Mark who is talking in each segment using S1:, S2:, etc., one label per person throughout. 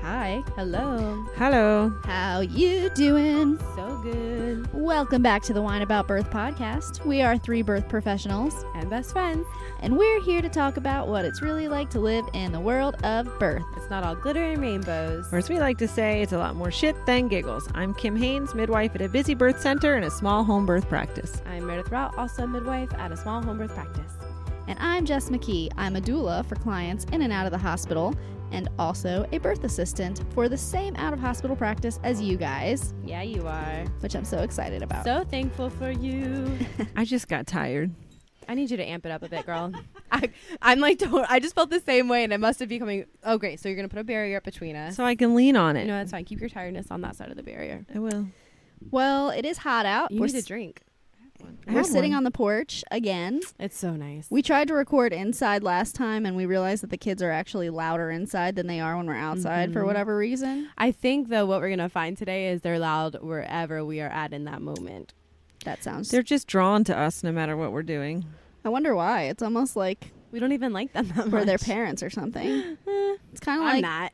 S1: Hi. Hello.
S2: Hello.
S1: How you doing?
S2: So good.
S1: Welcome back to the Wine About Birth podcast. We are three birth professionals,
S2: And best friends.
S1: and we're here to talk about what it's really like to live in the world of birth.
S2: It's not all glitter and rainbows.
S3: Or as we like to say, it's a lot more shit than giggles. I'm Kim Haynes, midwife at a busy birth center and a small home birth practice.
S2: I'm Meredith Rao, also a midwife at a small home birth practice.
S1: And I'm Jess McKee. I'm a doula for clients in and out of the hospital, and also a birth assistant for the same out of hospital practice as you guys,
S2: Yeah, you are.
S1: which I'm so excited about.
S2: So thankful for you.
S3: I just got tired.
S2: I need you to amp it up a bit, girl. I, I'm like, don't, I just felt the same way, and it must have become. Oh, great. So you're going to put a barrier up between us.
S3: So I can lean on
S2: No,
S3: it.
S2: that's fine. Keep your tiredness on that side of the barrier.
S3: I will.
S1: well, it is hot out.
S2: You
S1: we're
S2: need a
S1: s-
S2: drink.
S3: I
S1: we're
S3: had
S1: sitting
S3: one.
S1: on the porch again.
S2: It's so nice.
S1: We tried to record inside last time and we realized that the kids are actually louder inside than they are when we're outside
S2: Mm-hmm.
S1: for whatever reason.
S2: I think, though, what we're going to find today is they're loud wherever we are at in that moment.
S1: That sounds.
S3: They're just drawn to us no matter what we're doing.
S1: I wonder why. It's almost like
S2: We don't even like them that much.
S1: we're their parents or something. It's kind of
S2: Eh,
S1: like
S2: I'm not.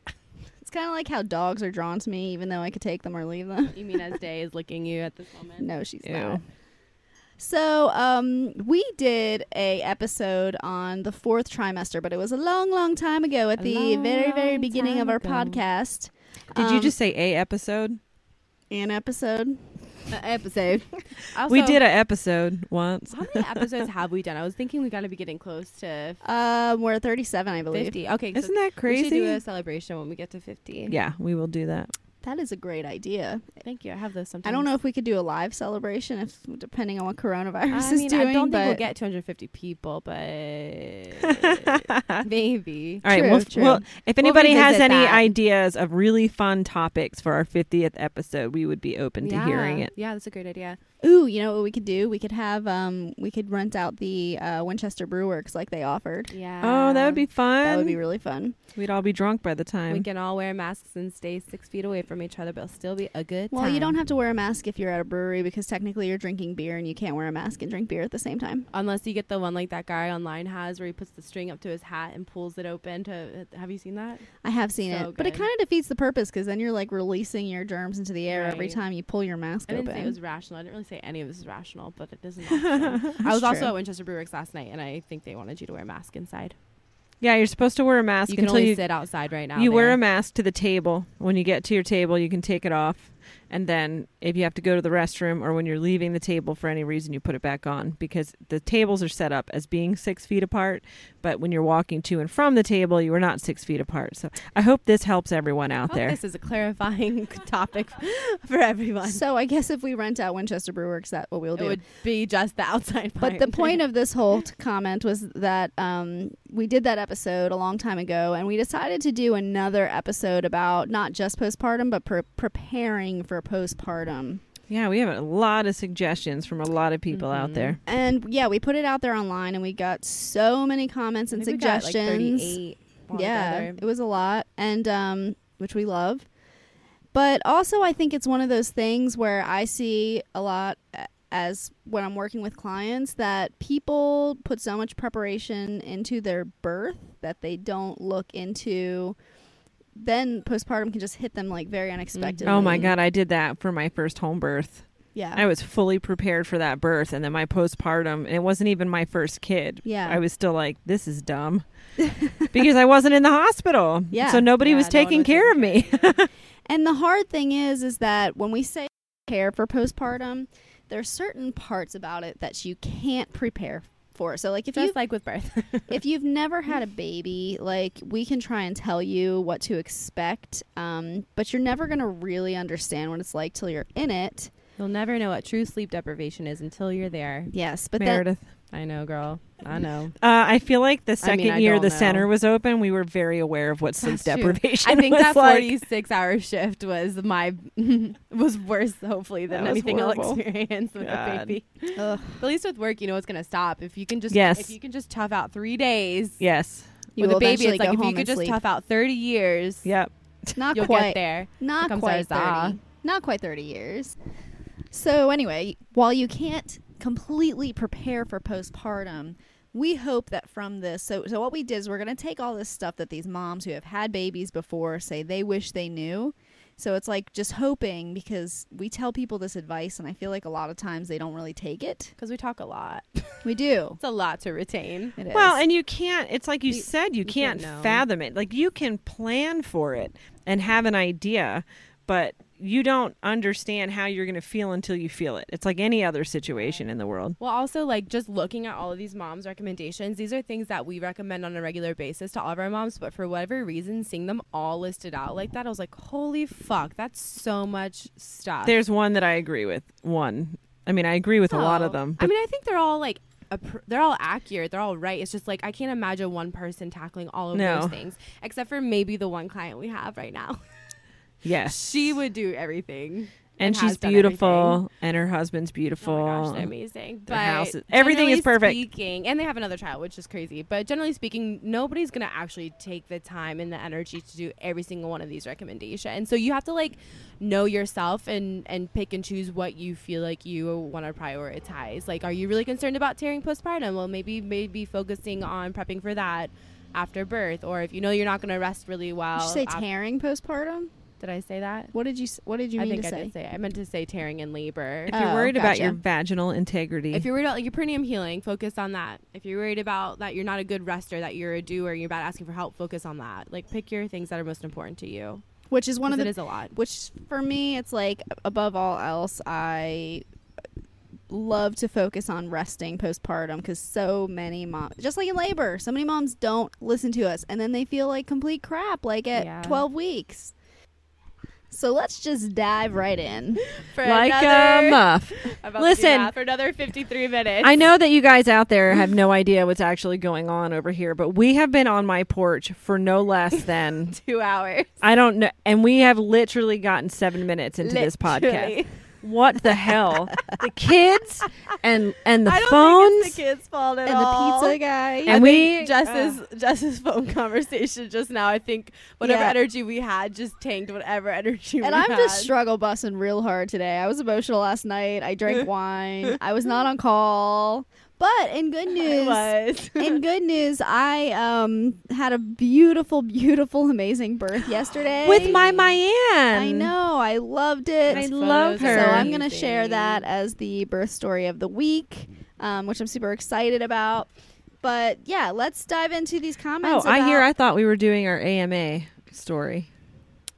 S1: it's kind of like how dogs are drawn to me even though I could take them or leave them.
S2: You mean as Day is licking you at this moment?
S1: No, she's
S3: Ew.
S1: not. So, um, we did a episode on the fourth trimester, but it was a long, long time ago at
S2: A
S1: the
S2: long,
S1: very, very
S2: long
S1: beginning of
S2: time
S1: our
S2: ago.
S1: podcast.
S3: Did you
S1: Um,
S3: just say a episode?
S1: an episode?
S2: episode.
S3: we did a episode once.
S2: How many episodes have we done? I was thinking we got to be getting close to
S1: Um, we're at 37, I believe.
S2: fifty. Okay, so
S3: Isn't that
S2: We should do
S3: crazy?
S2: a celebration when we get to fifty.
S3: Yeah, we will do that.
S1: That is a great idea.
S2: Thank you. I have those
S1: I
S2: sometimes.
S1: don't know if we could do a live celebration, if depending on what coronavirus
S2: I
S1: is
S2: mean,
S1: doing.
S2: I don't
S1: but
S2: think we'll get 250 people, but maybe.
S3: All right.
S1: True,
S3: well,
S1: true.
S3: well, if anybody has
S2: revisit
S3: any
S2: that.
S3: ideas of really fun topics for our 50th episode, we would be open to hearing it.
S2: Yeah, that's a great idea.
S1: Ooh, you know what we could do? We could have um, we could rent out the uh, Winchester Brew Works like they offered.
S2: Yeah.
S3: Oh, that would be fun.
S1: That would
S2: Um,
S1: be really fun.
S3: We'd all be drunk by the time.
S2: We can all wear masks and stay six feet away from each other, but it'll still be a good
S1: Well,
S2: time.
S1: you don't have to wear a mask if you're at a brewery because technically you're drinking beer and you can't wear a mask and drink beer at the same time.
S2: Unless you get the one like that guy online has where he puts the string up to his hat and pulls it open to. Have you seen that?
S1: I have seen it,
S2: So
S1: but it
S2: good.
S1: kind of defeats the purpose because then you're like releasing your germs into the air every
S2: Right.
S1: time you pull your mask
S2: I didn't
S1: open.
S2: say it was rational. I didn't really say any of this is rational, but it doesn't. I was also
S1: true.
S2: at Winchester Brewworks last night, and I think they wanted you to wear a mask inside.
S3: yeah, you're supposed to wear a mask
S2: you can
S3: until
S2: only
S3: you
S2: sit outside right now.
S3: you wear
S2: there.
S3: a mask to the table. When you get to your table, you can take it off, and then if you have to go to the restroom or when you're leaving the table for any reason, you put it back on because the tables are set up as being six feet apart. But when you're walking to and from the table, you are not six feet apart. So I hope this helps everyone out
S2: Hope
S3: there.
S2: Oh, This is a clarifying topic for everyone.
S1: So I guess if we rent out Winchester Brew Works, that's what we'll
S2: it
S1: do.
S2: would be just the outside.
S1: But the point of this whole t- comment was that um, we did that episode a long time ago, and we decided to do another episode about not just postpartum, but pre- preparing for postpartum.
S3: yeah, we have a lot of suggestions from a lot of people out
S2: Mhm.
S3: there.
S1: And yeah, we put it out there online, and we got so many comments and suggestions. yeah, it was a lot, and um, which we love. But also, I think it's one of those things where I see a lot a- as when I'm working with clients that people put so much preparation into their birth that they don't look into. Then postpartum can just hit them like very unexpectedly.
S3: Oh my god, I did that for my first home birth.
S1: Yeah.
S3: I was fully prepared for that birth, and then my postpartum, and it wasn't even my first kid.
S1: Yeah.
S3: I was still like, this is dumb because I wasn't in the hospital.
S1: Yeah.
S3: So nobody
S2: Yeah,
S3: was
S2: no one
S3: taking
S2: was
S3: care of
S2: taking
S3: me.
S1: And the hard thing is, is that when we say prepare for postpartum, there's certain parts about it that you can't prepare for. So like if you
S2: just like with birth.
S1: if you've never had a baby, like we can try and tell you what to expect, um, but you're never gonna really understand what it's like till you're in it.
S2: You'll never know what true sleep deprivation is until you're there.
S1: Yes, but then
S3: Meredith.
S2: I know, girl. I know.
S3: Uh, I feel like the
S2: I mean,
S3: second
S2: I
S3: year
S2: don't
S3: the
S2: know.
S3: center was open, we were very aware of what sleep
S2: That's true.
S3: deprivation
S2: I think
S3: was
S2: that
S3: like.
S2: 46 hour shift was my was worse hopefully than
S3: That was
S2: anything I'll
S3: horrible.
S2: experience with a
S3: God.
S2: baby.
S1: ugh,
S2: But at least with work, you know it's going to stop. If you can just
S3: Yes.
S2: if you can just tough out 3 days
S3: Yes.
S1: you
S2: with
S1: will
S2: a baby
S1: eventually
S2: it's like
S1: go
S2: if you
S1: home
S2: could
S1: and
S2: just
S1: sleep.
S2: tough out 30 years
S3: Yep.
S1: not
S2: you'll
S1: quite
S2: get there.
S1: not
S2: Comes
S1: quite
S2: ours
S1: 30 not quite 30 years so anyway while you can't completely prepare for postpartum we hope that from this so so what we did is we're going to take all this stuff that these moms who have had babies before say they wish they knew so it's like just hoping because we tell people this advice and i feel like a lot of times they don't really take it
S2: because we talk a lot.
S1: we do
S2: It's a lot to retain.
S1: it is
S3: Well, and you can't, it's like you,
S2: You-
S3: said, you,
S2: you
S3: can't,
S2: can't know.
S3: fathom it. Like you can plan for it and have an idea, but you don't understand how you're going to feel until you feel it. It's like any other situation in the world.
S2: Well, also like just looking at all of these moms' recommendations, these are things that we recommend on a regular basis to all of our moms. But for whatever reason, seeing them all listed out like that, I was like, holy fuck, that's so much stuff.
S3: There's one that I agree with. One. I mean, I agree with a lot of
S2: Oh.
S3: them.
S2: I
S3: but-
S2: mean, I think they're all like, appr- they're all accurate. They're all right. It's just like I can't imagine one person tackling all of
S3: No.
S2: those things, except for maybe the one client we have right now.
S3: yes.
S2: she would do everything,
S3: and she's
S2: has done
S3: beautiful, and her husband's beautiful.
S2: Oh my gosh, they're amazing.
S3: Their
S2: but
S3: house is- everything is
S2: generally
S3: perfect.
S2: Speaking, and they have another child, which is crazy. But generally speaking, nobody's gonna actually take the time and the energy to do every single one of these recommendations. So you have to like know yourself and and pick and choose what you feel like you want to prioritize. Like, are you really concerned about tearing postpartum? Well, maybe maybe focusing on prepping for that after birth, or if you know you're not gonna rest really well.
S1: did you say
S2: af-
S1: tearing postpartum
S2: Did I say that?
S1: what did you s- what did you
S2: I
S1: mean
S2: think
S1: to
S2: I
S1: say
S2: did say. I meant to say tearing in labor.
S3: if you're
S1: Oh,
S3: worried about your
S1: gotcha.
S3: vaginal integrity,
S2: If you're worried about like, your perineum healing, focus on that. If you're worried about that you're not a good rester, that you're a doer, you're bad at asking for help, focus on that. Like pick your things that are most important to you.
S1: which is one of
S2: Because
S1: the
S2: it is a lot.
S1: which for me it's like above all else i love to focus on resting postpartum because so many moms just like in labor so many moms don't listen to us and then they feel like complete crap like at
S2: Yeah.
S1: 12 weeks so let's just dive right in
S2: For
S3: like
S1: um,
S3: a muff.
S2: about
S3: Listen. that
S2: for another 53 minutes.
S3: I know that you guys out there have no idea what's actually going on over here, but we have been on my porch for no less than
S2: two hours
S3: I don't know, and we have literally gotten seven minutes into this podcast.
S2: Literally.
S3: What the hell? the kids and and the
S2: I don't
S3: phones.
S2: think it's the kids' fault at
S1: and
S2: all.
S1: the pizza guy
S3: And we Uh,
S2: Jess's Jess's phone conversation just now. I think whatever
S1: Yeah.
S2: energy we had just tanked whatever energy. we
S1: and i'm just
S2: had.
S1: struggle busting real hard today i was emotional last night i drank wine i was not on call but in good
S2: It
S1: news
S2: was.
S1: in good news, I um had a beautiful, beautiful, amazing birth yesterday
S3: with my Mayan.
S1: I know, I loved it.
S3: I
S2: Those
S3: love
S2: photos
S3: her.
S2: are
S1: So I'm gonna
S2: amazing.
S1: share that as the birth story of the week, um, which I'm super excited about. But yeah, let's dive into these
S3: oh,
S1: comments.
S3: I hear.
S1: about-
S3: I thought we were doing our AMA story.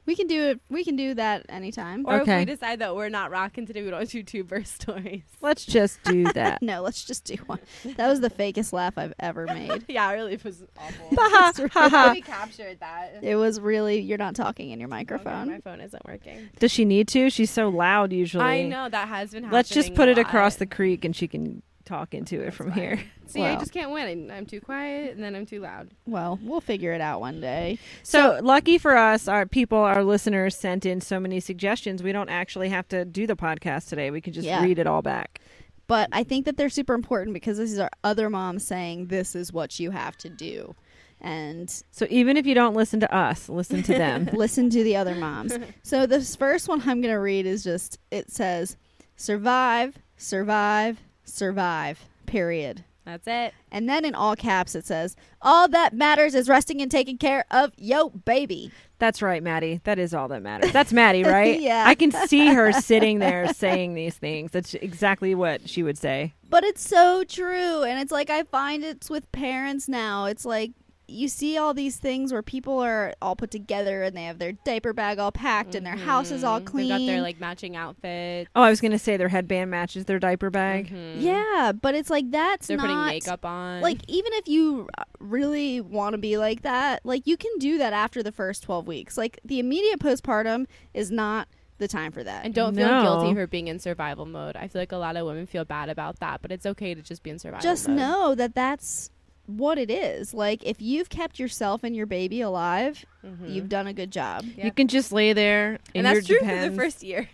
S1: we can do it. We can do that anytime.
S2: Or
S3: Okay.
S2: if we decide that we're not rocking today, we don't do two birth stories.
S3: Let's just do that.
S1: No, let's just do one. That was the fakest laugh I've ever made.
S2: Yeah, it really was awful.
S3: Ha, ha, ha,
S1: uh-huh.
S3: ha.
S2: we captured that.
S1: It was really you're not talking in your
S2: Okay,
S3: Oh,
S2: my
S1: microphone.
S2: phone isn't working.
S3: Does she need to? She's so loud usually.
S2: I know that has been.
S3: Let's just
S2: happening
S3: put
S2: a
S3: it across
S2: lot.
S3: the creek and she can talk into it
S2: That's
S3: from
S2: fine.
S3: here.
S2: See, I
S1: Wow.
S2: just can't win. I'm too quiet, and then I'm too loud.
S1: Well, we'll figure it out one day.
S3: So, lucky for us, our people, our listeners sent in so many suggestions. We don't actually have to do the podcast today. We could just
S1: Yeah.
S3: read it all back.
S1: but I think that they're super important because this is our other mom saying this is what you have to do and
S3: So, even if you don't listen to us, listen to them.
S1: listen to the other moms. So this first one I'm going to read is just it says survive, survive, survive. Period.
S2: That's it.
S1: And then in all caps it says all that matters is resting and taking care of yo baby.
S3: That's right, Maddie. That is all that matters. That's Maddie, right?
S1: Yeah.
S3: I can see her sitting there saying these things. That's exactly what she would say.
S1: But it's so true. And it's like, I find it's with parents now. It's like, you see all these things where people are all put together and they have their diaper bag all packed and their house is all
S2: Mhm. They've
S1: clean.
S2: got their like matching outfits.
S3: Oh, I was going to say their headband matches their diaper bag.
S2: Mhm.
S1: yeah, but it's like, that's
S2: They're
S1: not.
S2: putting makeup on.
S1: Like, even if you uh, really want to be like that, like, you can do that after the first 12 weeks. Like, the immediate postpartum is not the time for that.
S2: and don't feel
S3: No.
S2: guilty for being in survival mode. I feel like a lot of women feel bad about that, but it's okay to just be in survival.
S1: just
S2: mode.
S1: know that that's what it is. Like, if you've kept yourself and your baby alive,
S2: Mhm.
S1: you've done a good job.
S2: Yeah.
S3: You can just lay there. in
S2: Mm-hmm. and
S3: your
S2: that's true for
S3: Depends
S2: the first year.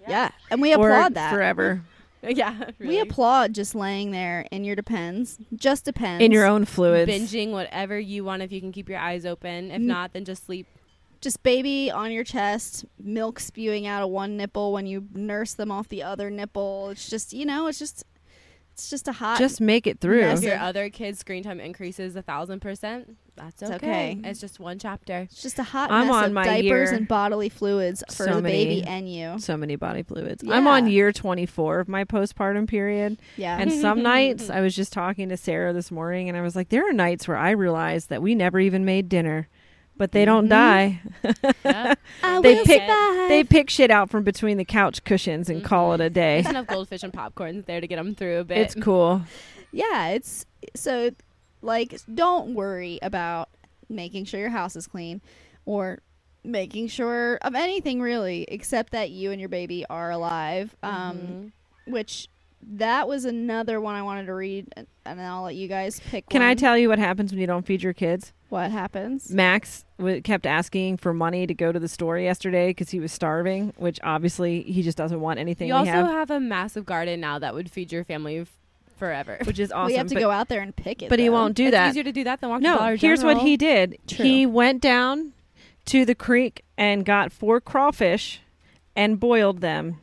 S1: Yeah. And we
S3: or
S1: applaud that.
S3: Forever.
S2: yeah,
S1: We
S2: really.
S1: applaud just laying there in your depends. Just depends.
S3: In your own fluids.
S2: binging whatever you want if you can keep your eyes open. If
S1: Mm.
S2: not, then just sleep.
S1: Just baby on your chest, milk spewing out of one nipple when you nurse them off the other nipple. It's just, you know, it's just It's just a hot.
S3: Just make it through.
S2: If
S1: Yes.
S2: your other kid's screen time increases a thousand percent, that's
S1: It's
S2: okay.
S1: okay.
S2: It's just one chapter.
S1: it's just a hot
S3: I'm
S1: mess
S3: on
S1: of
S3: my
S1: diapers
S3: year.
S1: and bodily fluids for
S3: So
S1: the baby
S3: many.
S1: and you.
S3: So many body fluids. I'm on
S1: Yeah.
S3: year 24 of my postpartum period.
S1: Yeah.
S3: And some nights, I was just talking to Sarah this morning, and I was like, there are nights where I realize that we never even made dinner, but they don't
S1: Mhm.
S3: die.
S2: Yeah.
S1: I
S3: They
S1: will
S3: pick-
S1: survive.
S3: They pick shit out from between the couch cushions and call it
S1: Mm-hmm.
S3: a day.
S2: There's enough goldfish and popcorns there to get them through a bit.
S3: It's cool.
S1: yeah, it's so like don't worry about making sure your house is clean or making sure of anything really except that you and your baby are alive.
S3: Mm-hmm.
S1: Um which that was another one I wanted to read and and I'll let you guys pick
S3: Can I
S1: one.
S3: tell you what happens when you don't feed your kids?
S1: what happens?
S3: Max w- kept asking for money to go to the store yesterday because he was starving, which obviously he just doesn't want anything
S2: you
S3: we
S2: also
S3: have,
S2: have. a massive garden now that would feed your family f- forever.
S3: which is awesome.
S1: we have to
S3: but,
S1: go out there and pick it.
S3: but he
S1: though.
S3: won't do
S2: it's
S3: that.
S2: easier to do that than walk to
S3: no,
S2: Dollar
S3: here's what
S2: General.
S3: he did.
S1: True.
S3: He went down to the creek and got four crawfish and boiled them,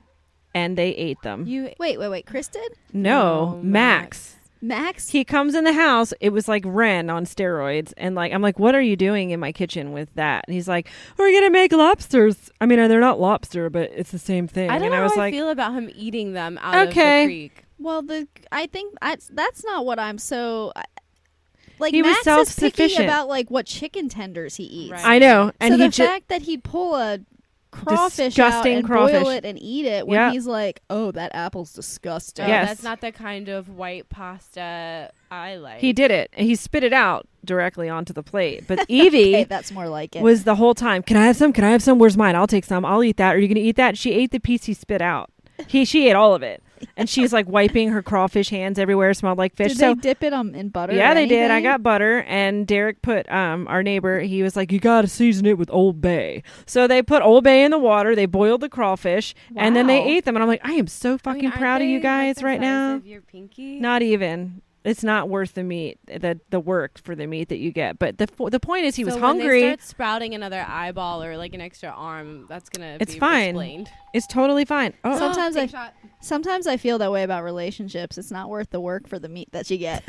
S3: and they ate them.
S2: You
S1: Wait, wait, wait. Chris did?
S3: no,
S2: Oh,
S3: Max.
S1: Max?
S3: He comes in the house. It was like Ren on steroids, and like I'm like, what are you doing in my kitchen with that? And he's like, we're gonna make lobsters. I mean, they're not lobster, but it's the same thing.
S2: I don't
S3: and
S2: know
S3: I was
S2: how
S3: like,
S2: I feel about him eating them out
S3: Okay.
S2: of the creek.
S1: Well, the I think that's that's not what I'm so I- like.
S3: He was
S1: Max is picky
S3: self-sufficient.
S1: about like what chicken tenders he eats.
S2: Right.
S3: I know, and
S1: so
S3: he
S1: the
S3: just
S1: fact that he'd pull a crawfish out
S3: Disgusting
S1: and boil
S3: crawfish.
S1: it and eat it when
S3: Yeah.
S1: he's like, "Oh, that apple's disgusting."
S2: No,
S3: Yes.
S2: that's not the kind of white pasta I like.
S3: he did it, and he spit it out directly onto the plate. But Evie.
S1: Okay, that's more like it.
S3: was the whole time. Can I have some? Can I have some? Where's mine? I'll take some. I'll eat that. Are you gonna eat that? She ate the piece he spit out. He she ate all of it, and she's like wiping her crawfish hands everywhere. Smelled like fish.
S1: did
S3: so
S1: they dip it um, in butter?
S3: yeah,
S1: or
S3: they did. I
S1: anything?
S3: got butter, and Derek put um our neighbor. He was like, you gotta season it with Old Bay. So they put Old Bay in the water. They boiled the crawfish, and then they
S1: Wow.
S3: ate them. And I'm like, I am so
S2: I
S3: fucking
S2: mean, aren't
S3: proud of
S2: they,
S3: you
S2: like,
S3: guys
S2: the
S3: right
S2: size
S3: now.
S2: of your pinky?
S3: Not even. It's not worth the meat, the the work for the meat that you get. But the fo- the point is, he
S2: So
S3: was
S2: when
S3: hungry.
S2: They start sprouting another eyeball or like an extra arm. That's gonna.
S3: It's
S2: be
S3: fine.
S2: Explained.
S3: it's totally fine. Oh,
S1: Sometimes I-
S2: Take shot.
S1: Sometimes I feel that way about relationships. It's not worth the work for the meat that you get.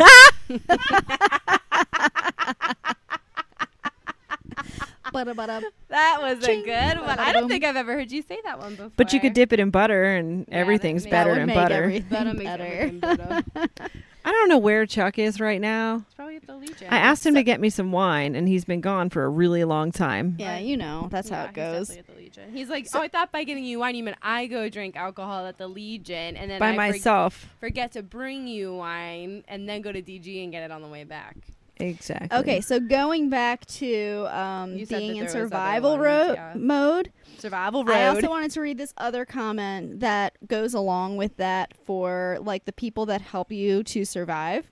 S1: Ba-da-ba-da.
S2: That was a
S1: Ching.
S2: good one. I
S1: Ba-da-boom.
S2: don't think I've ever heard you say that one before.
S3: But you could dip it in butter, and
S2: Yeah, that
S3: everything's
S2: makes-
S3: better
S1: that would
S3: in
S1: make
S3: butter.
S1: everything
S2: That'll make
S1: better.
S2: everything better. It's
S3: I don't know where Chuck is right now.
S2: probably at the Legion.
S3: I asked him to get me some wine, and he's been gone for a really long time.
S1: Yeah, you know that's how
S2: Yeah,
S1: it goes.
S2: He's, definitely at the Legion. he's like, oh, I thought by getting you wine, you meant I go drink alcohol at the Legion, and then
S3: By
S2: I for-
S3: myself.
S2: forget to bring you wine, and then go to DG and get it on the way back.
S3: Exactly.
S1: Okay, so going back to um,
S2: You said
S1: being
S2: that
S1: in
S2: there was other
S1: survival
S2: ones,
S1: ro-
S2: yeah.
S1: mode,
S2: Survival
S1: I also wanted to read this other comment that goes along with that for like the people that help you to survive.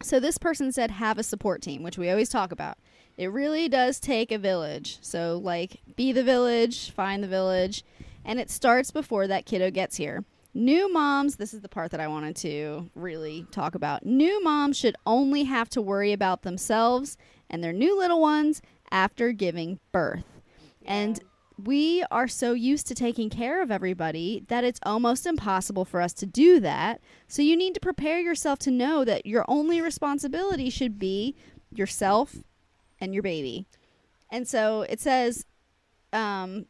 S1: So this person said, "Have a support team," which we always talk about. It really does take a village. So like, be the village, find the village, and it starts before that kiddo gets here. New moms, this is the part that I wanted to really talk about. New moms should only have to worry about themselves and their new little ones after giving birth. And we are so used to taking care of everybody that it's almost impossible for us to do that. So you need to prepare yourself to know that your only responsibility should be yourself and your baby. And so it says um,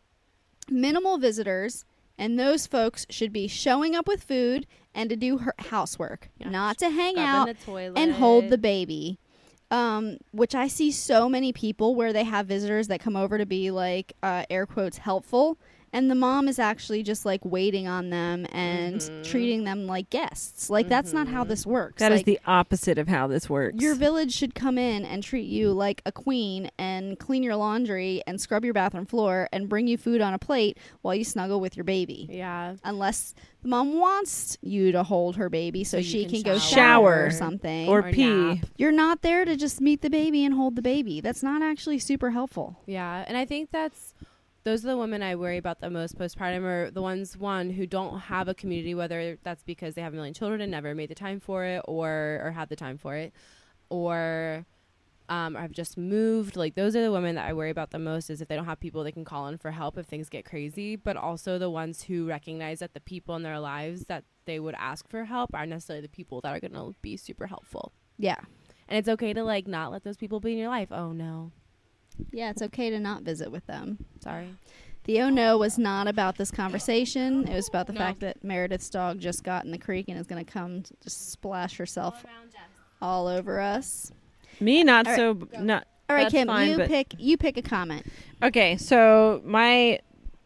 S1: minimal visitors, and those folks should be showing up with food and to do her housework,
S2: Yeah.
S1: not to hang
S2: Scrubbing
S1: out
S2: the toilet.
S1: and hold the baby. Um, which I see so many people where they have visitors that come over to be like uh, air quotes helpful, and the mom is actually just like waiting on them and
S2: Mhm.
S1: treating them like guests. Like that's not how
S2: Mhm.
S1: this works.
S3: That is
S1: Like,
S3: the opposite of how this works.
S1: your village should come in and treat you like a queen and clean your laundry and scrub your bathroom floor and bring you food on a plate while you snuggle with your baby.
S2: Yeah.
S1: Unless the mom wants you to hold her baby so,
S2: So you
S1: she
S2: can
S1: can, go
S3: shower.
S1: shower or something.
S3: or
S2: or
S3: pee.
S2: nap.
S1: You're not there to just meet the baby and hold the baby. That's not actually super helpful.
S2: Yeah, and I think that's those are the women I worry about the most postpartum are the ones one who don't have a community, whether that's because they have a million children and never made the time for it, or or had the time for it, or um, or have just moved. Like those are the women that I worry about the most is if they don't have people they can call in for help if things get crazy, but also the ones who recognize that the people in their lives that they would ask for help aren't necessarily the people that are going to be super helpful.
S1: Yeah.
S2: And it's okay to like not let those people be in your life. Oh no.
S1: Yeah, it's okay to not visit with them.
S2: Sorry.
S1: The oh no was not about this conversation. It was about the fact that Meredith's dog just got in the creek and is going to come to just splash herself all over us.
S3: Me not
S1: All right.
S3: so not
S1: All right,
S3: That's
S1: Kim,
S3: fine,
S1: you
S3: but-
S1: pick you pick a comment.
S3: Okay, so my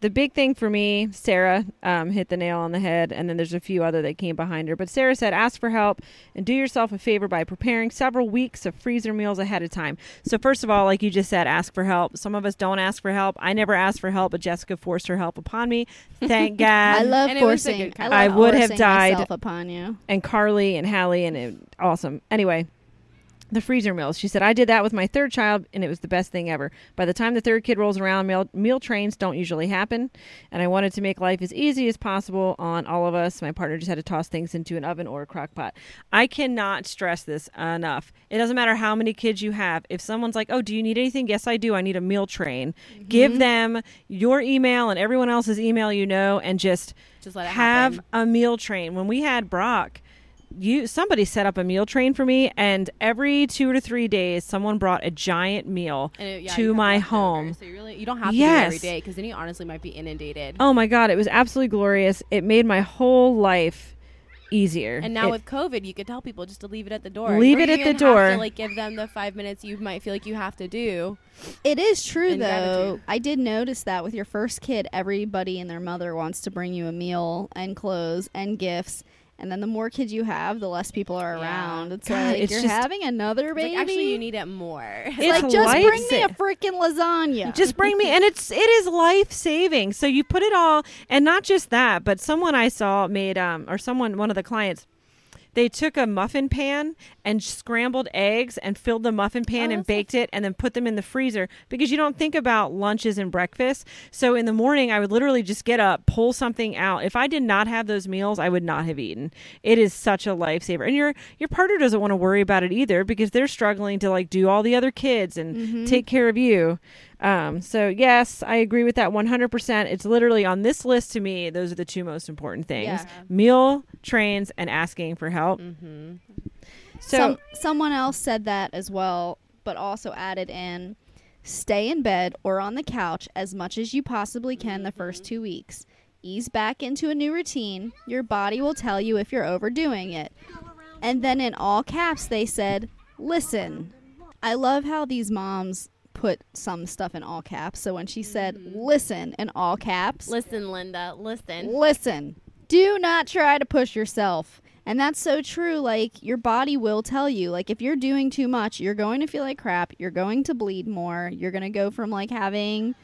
S3: the big thing for me, Sarah um, hit the nail on the head, and then there's a few other that came behind her. But Sarah said, ask for help and do yourself a favor by preparing several weeks of freezer meals ahead of time. So first of all, like you just said, ask for help. Some of us don't ask for help. I never asked for help, but Jessica forced her help upon me. Thank God.
S1: I love
S2: and it was a
S1: forcing.
S2: good
S1: I,
S2: comment.
S1: love
S3: I would have
S1: forcing
S3: died.
S1: myself upon you.
S3: and Carly and Hallie and it, awesome. Anyway, the freezer meals. She said I did that with my third child and it was the best thing ever. By the time the third kid rolls around, meal, meal trains don't usually happen, and I wanted to make life as easy as possible on all of us. My partner just had to toss things into an oven or a crock pot. I cannot stress this enough. It doesn't matter how many kids you have. If someone's like, "Oh, do you need anything?" Yes, I do. I need a meal train. Give them your email and everyone else's email you know and just
S2: Just let it
S3: have
S2: happen.
S3: a meal train. When we had Brock, you somebody set up a meal train for me, and every two to three days, someone brought a giant meal
S2: And it- yeah, you
S3: to
S2: have
S3: my
S2: leftovers,
S3: home.
S2: So you really you don't have to do it every
S3: Yes.
S2: day because then you honestly might be inundated.
S3: Oh my god, it was absolutely glorious. It made my whole life easier.
S2: And now
S3: It-
S2: with COVID, you could tell people just to leave it at the door.
S3: Leave
S2: Or
S3: it
S2: you
S3: at the
S2: even have
S3: door.
S2: To, like give them the five minutes you might feel like you have to do.
S1: It is true
S2: And
S1: though.
S2: gratitude.
S1: I did notice that with your first kid, everybody and their mother wants to bring you a meal and clothes and gifts. And then the more kids you have, the less people are
S2: Yeah.
S1: around. It's
S3: God,
S1: like
S3: it's
S1: you're
S3: just-
S1: having another
S2: It's like,
S1: baby.
S2: actually, you need it more.
S1: It's
S3: It's
S1: like just
S3: life
S1: bring me
S3: sa-
S1: a freaking lasagna.
S3: just bring me and it's it is life saving so you put it all and not just that but someone i saw made um or someone one of the clients they took a muffin pan and scrambled eggs and filled the muffin pan
S2: Oh,
S3: and
S2: that's nice.
S3: baked it and then put them in the freezer because you don't think about lunches and breakfast so in the morning i would literally just get up pull something out if i did not have those meals i would not have eaten it is such a lifesaver and your your partner doesn't want to worry about it either because they're struggling to like do all the other kids and
S2: Mm-hmm.
S3: take care of you um, so yes, I agree with that 100%. It's literally on this list to me, those are the two most important things.
S1: Yeah.
S3: Meal, trains, and asking for help.
S2: mm-hmm.
S3: So
S1: Some, someone else said that as well, but also added in stay in bed or on the couch as much as you possibly can the first two weeks. Ease back into a new routine. Your body will tell you if you're overdoing it. And then in all caps, they said, listen. I love how these moms put some stuff in all caps. So when she said, listen, in all caps,
S2: Listen, Linda. Listen.
S1: Listen, do not try to push yourself. And that's so true. Like, your body will tell you. Like, if you're doing too much, you're going to feel like crap. You're going to bleed more. You're going to go from like having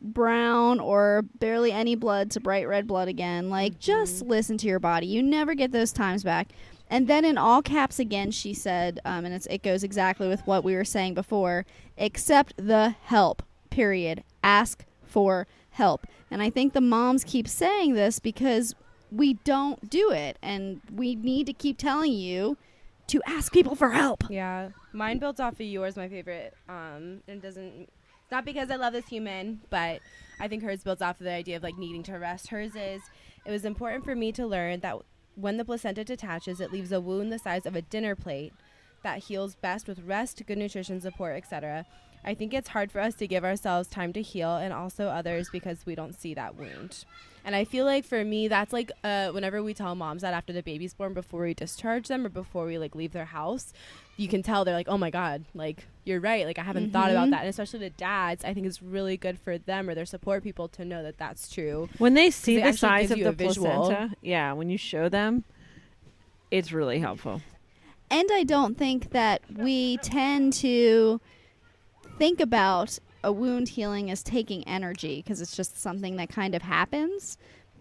S1: brown or barely any blood to bright red blood again. Like, just listen to your body. You never get those times back. And then in all caps again, she said, um, and it's, it goes exactly with what we were saying before accept the help, period. Ask for help. And I think the moms keep saying this because we don't do it. And we need to keep telling you to ask people for help.
S2: Yeah, mine builds off of yours. My favorite. Um, and it doesn't. It's not because I love this human, but I think hers builds off of the idea of like needing to rest. Hers is. It was important for me to learn that when the placenta detaches, it leaves a wound the size of a dinner plate that heals best with rest, good nutrition support, etc. I think it's hard for us to give ourselves time to heal and also others because we don't see that wound. And I feel like for me, that's like uh, whenever we tell moms that after the baby's born, before we discharge them or before we like leave their house, you can tell they're like, oh my God, like you're right. Like I haven't thought about
S1: Mhm.
S2: that. And especially the dads, I think it's really good for them or their support people to know that that's true.
S3: when they see
S2: they
S3: the
S2: actually
S3: size
S2: give
S3: of
S2: you
S3: the
S2: a visual.
S3: placenta, yeah, when you show them, it's really helpful.
S1: And I don't think that we tend to think about a wound healing as taking energy because it's just something that kind of happens.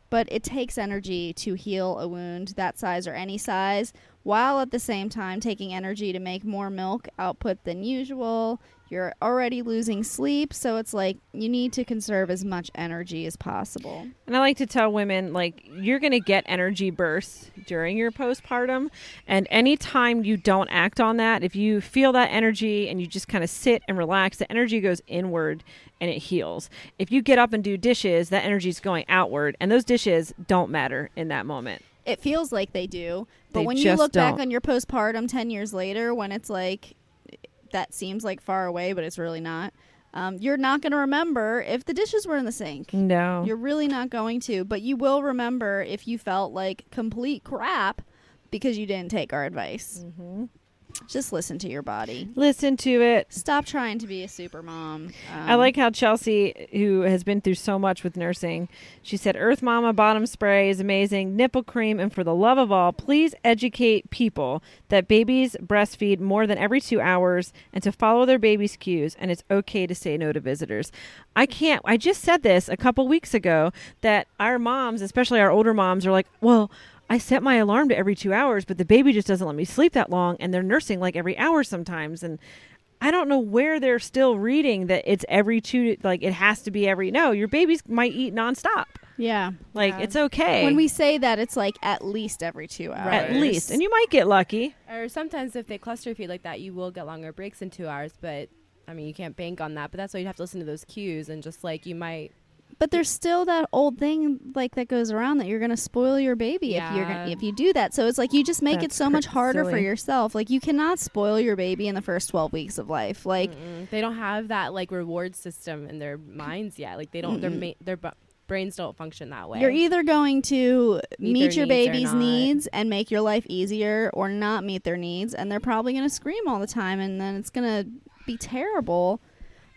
S1: But it takes energy to heal a wound that size or any size, while at the same time taking energy to make more milk output than usual, You're already losing sleep, so it's like you need to conserve as much energy as possible.
S3: And I like to tell women like you're going to get energy bursts during your postpartum and anytime you don't act on that, if you feel that energy and you just kind of sit and relax, the energy goes inward and it heals. If you get up and do dishes, that energy's going outward and those dishes don't matter in that moment.
S1: It feels like they do, but
S3: They
S1: when you
S3: just
S1: look back
S3: don't.
S1: on your postpartum 10 years later, when it's like that seems like far away, but it's really not, um, you're not going to remember if the dishes were in the sink.
S3: No.
S1: You're really not going to, but you will remember if you felt like complete crap because you didn't take our advice.
S3: Mm-hmm.
S1: Just listen to your body.
S3: Listen to it.
S1: Stop trying to be a super mom. Um,
S3: I like how Chelsea, who has been through so much with nursing, she said, Earth Mama bottom spray is amazing, nipple cream, and for the love of all, please educate people that babies breastfeed more than every two hours and to follow their baby's cues, and it's okay to say no to visitors. I can't, I just said this a couple weeks ago that our moms, especially our older moms, are like, well, I set my alarm to every two hours, but the baby just doesn't let me sleep that long, and they're nursing like every hour sometimes. And I don't know where they're still reading that it's every two, like it has to be every. No, your babies might eat nonstop.
S1: Um, yeah.
S3: Like
S2: Yeah.
S3: it's okay.
S1: When we say that, it's like at least every two hours.
S3: at least, and you might get lucky.
S2: Or sometimes if they cluster feed like that, you will get longer breaks in two hours, but I mean, you can't bank on that. But that's why you have to listen to those cues and just like you might.
S1: But there's still that old thing like that goes around that you're gonna spoil your baby if you're gonna,
S2: Yeah.
S1: if you do that. So it's like you just make it
S3: That's
S1: so
S3: cr-
S1: much harder for
S3: silly.
S1: yourself. Like you cannot spoil your baby in the first 12 weeks of life. Like
S2: Mm-mm. They don't have that like reward system in their minds yet. Like they don't. Their ma- their bu- brains don't function that way.
S1: you're either going to
S2: Meet
S1: meet
S2: their
S1: your
S2: needs or
S1: baby's
S2: not.
S1: needs and make your life easier, or not meet their needs, and they're probably gonna scream all the time, and then it's gonna be terrible.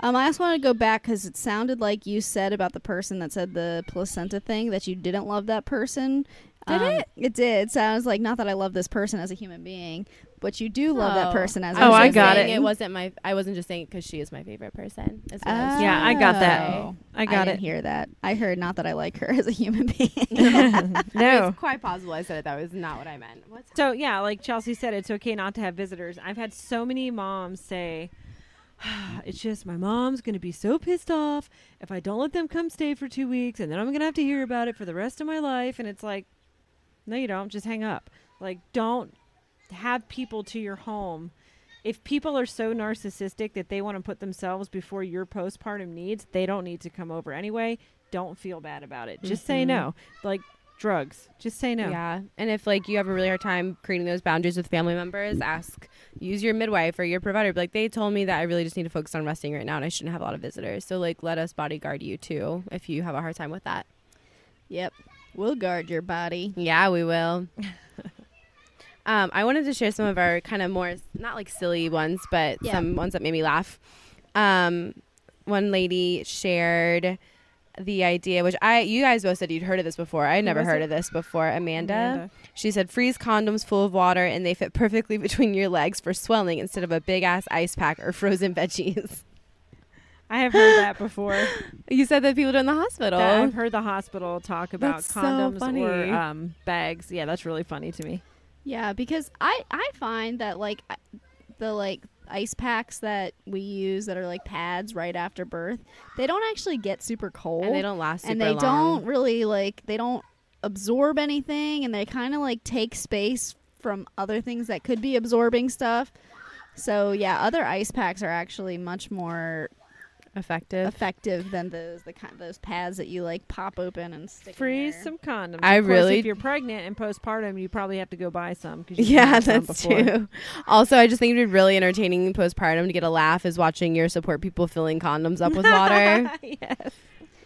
S1: Um, I also want to go back because it sounded like you said about the person that said the placenta thing that you didn't love that person.
S2: Did
S1: Um, It did. So I was like, not that I love this person as a human being, but you do love that
S2: Oh.
S1: person as. a
S3: Oh,
S2: was
S3: I
S1: human
S2: just
S3: got
S2: saying
S1: being.
S3: it.
S2: It wasn't my. I wasn't just saying because she is my favorite person. As well as
S1: Oh.
S3: Yeah, I got that.
S1: Oh.
S3: I got
S1: didn't
S3: it.
S1: hear that. I heard not that I like her as a human being.
S3: no.
S2: It's quite possible I said it. That was not what I meant. What's
S3: So yeah, like Chelsea said, it's okay not to have visitors. I've had so many moms say, "It's just my mom's gonna be so pissed off if I don't let them come stay for two weeks, and then I'm gonna have to hear about it for the rest of my life." And it's like, no, you don't. Just hang up. Like, don't have people to your home. If people are so narcissistic that they want to put themselves before your postpartum needs, they don't need to come over anyway. Don't feel bad about it. Just say
S2: Mhm.
S3: no. Like drugs. Just say no.
S2: Yeah. And if like you have a really hard time creating those boundaries with family members, ask use your midwife or your provider. Be Like they told me that I really just need to focus on resting right now and I shouldn't have a lot of visitors. So like let us bodyguard you too if you have a hard time with that.
S1: yep, we'll guard your body.
S2: Yeah, we will. um, I wanted to share some of our kind of more not like silly ones, but
S1: Yeah.
S2: some ones that made me laugh. Um, one lady shared the idea, which I you guys both said you'd heard of this before. I had never
S3: was
S2: heard
S3: it?
S2: of this before. Amanda.
S3: Amanda.
S2: She said, freeze condoms full of water and they fit perfectly between your legs for swelling instead of a big ass ice pack or frozen veggies.
S3: I have heard that before.
S2: you said that people do in the hospital.
S3: that I've heard the hospital talk about
S2: That's so
S3: condoms
S2: funny.
S3: or um, bags. Yeah, that's really funny to me.
S1: Yeah, because I I find that like I- the like ice packs that we use that are like pads right after birth, they don't actually get super cold
S2: and they don't last super
S1: and they
S2: long.
S1: don't really like they don't absorb anything and they kind of like take space from other things that could be absorbing stuff. So yeah, other ice packs are actually much more
S2: effective.
S1: effective than those the kind those pads that you like pop open and stick. in
S3: Freeze
S1: there.
S3: some condoms.
S2: I
S3: Of course,
S2: really-
S3: if you're pregnant and postpartum, you probably have to go buy some. 'cause you didn't
S2: Yeah,
S3: have some
S2: that's
S3: before.
S2: true. Also, I just think it'd be really entertaining postpartum to get a laugh is watching your support people filling condoms up with water.
S3: yes,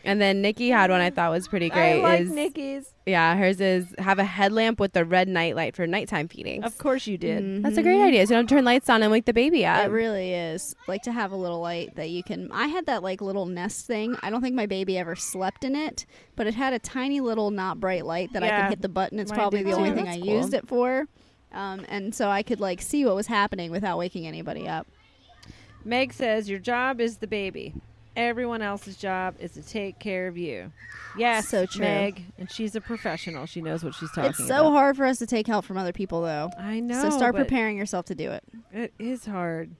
S2: and then Nikki had one I thought was pretty
S3: I
S2: great.
S3: like
S2: is
S3: Nikki's.
S2: yeah, hers is have a headlamp with the red nightlight for nighttime feedings.
S3: Of course you did.
S2: That's a great
S1: Mhm.
S2: idea. So you don't turn lights on and wake the baby up.
S1: It
S3: Uh,
S1: really is. Like to have a little light that you can. I had that like little nest thing. I don't think my baby ever slept in it, but it had a tiny little not bright light that I
S3: Yeah.
S1: could hit the button. It's
S3: Mine
S1: probably
S3: did
S1: the only
S2: too.
S1: thing
S2: That's
S1: I
S2: cool.
S1: used it for. Um, and so I could like see what was happening without waking anybody up.
S3: Meg says your job is the baby. Everyone else's job is to take care of you. Yes,
S1: So true.
S3: Meg, and she's a professional. She knows what she's talking
S1: it's
S3: about.
S1: so hard for us to take help from other people though.
S3: I know.
S1: so start
S3: but
S1: preparing yourself to do it.
S3: It is hard.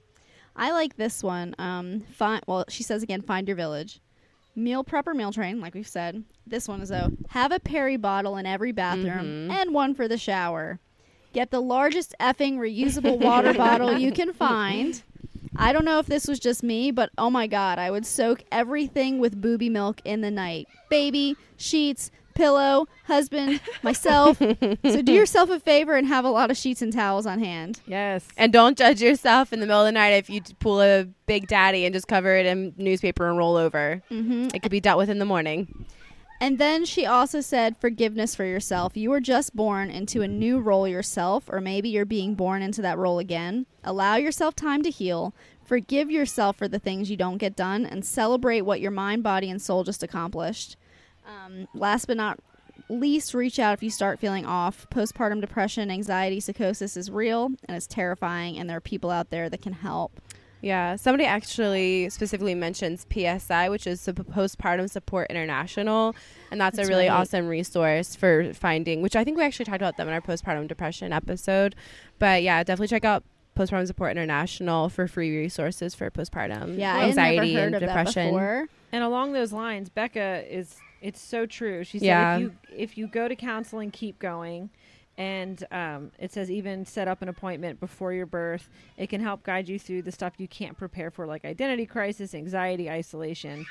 S1: I like this one. Um, find well, she says again, find your village. Meal prep or meal train, like we've said. This one is though, have a Perry bottle in every bathroom and one for the shower. Get the largest effing reusable water bottle you can find. I don't know if this was just me, but oh my god, I would soak everything with booby milk in the night. Baby, sheets, pillow, husband, myself. so do yourself a favor and have a lot of sheets and towels on hand.
S3: Yes.
S2: And don't judge yourself in the middle of the night if you t- pull a big daddy and just cover it in newspaper and roll over.
S1: Mm-hmm.
S2: It could be dealt with in the morning.
S1: And then she also said, forgiveness for yourself. You were just born into a new role yourself, or maybe you're being born into that role again. Allow yourself time to heal. Forgive yourself for the things you don't get done and celebrate what your mind, body, and soul just accomplished. Um, last but not least, reach out if you start feeling off. Postpartum depression, anxiety, psychosis is real and it's terrifying, and there are people out there that can help.
S2: Yeah, somebody actually specifically mentions PSI, which is the Postpartum Support International, and that's,
S1: That's
S2: a really
S1: right.
S2: awesome resource for finding. Which I think we actually talked about them in our postpartum depression episode, but yeah, definitely check out Postpartum Support International for free resources for postpartum
S1: Yeah, I had
S2: anxiety
S1: never heard
S2: and
S1: of that
S2: depression.
S1: before.
S3: And along those lines, Becca is it's so true. She said
S2: Yeah.
S3: if you if you go to counseling, keep going. And um, it says even set up an appointment before your birth. It can help guide you through the stuff you can't prepare for, like identity crisis, anxiety, isolation,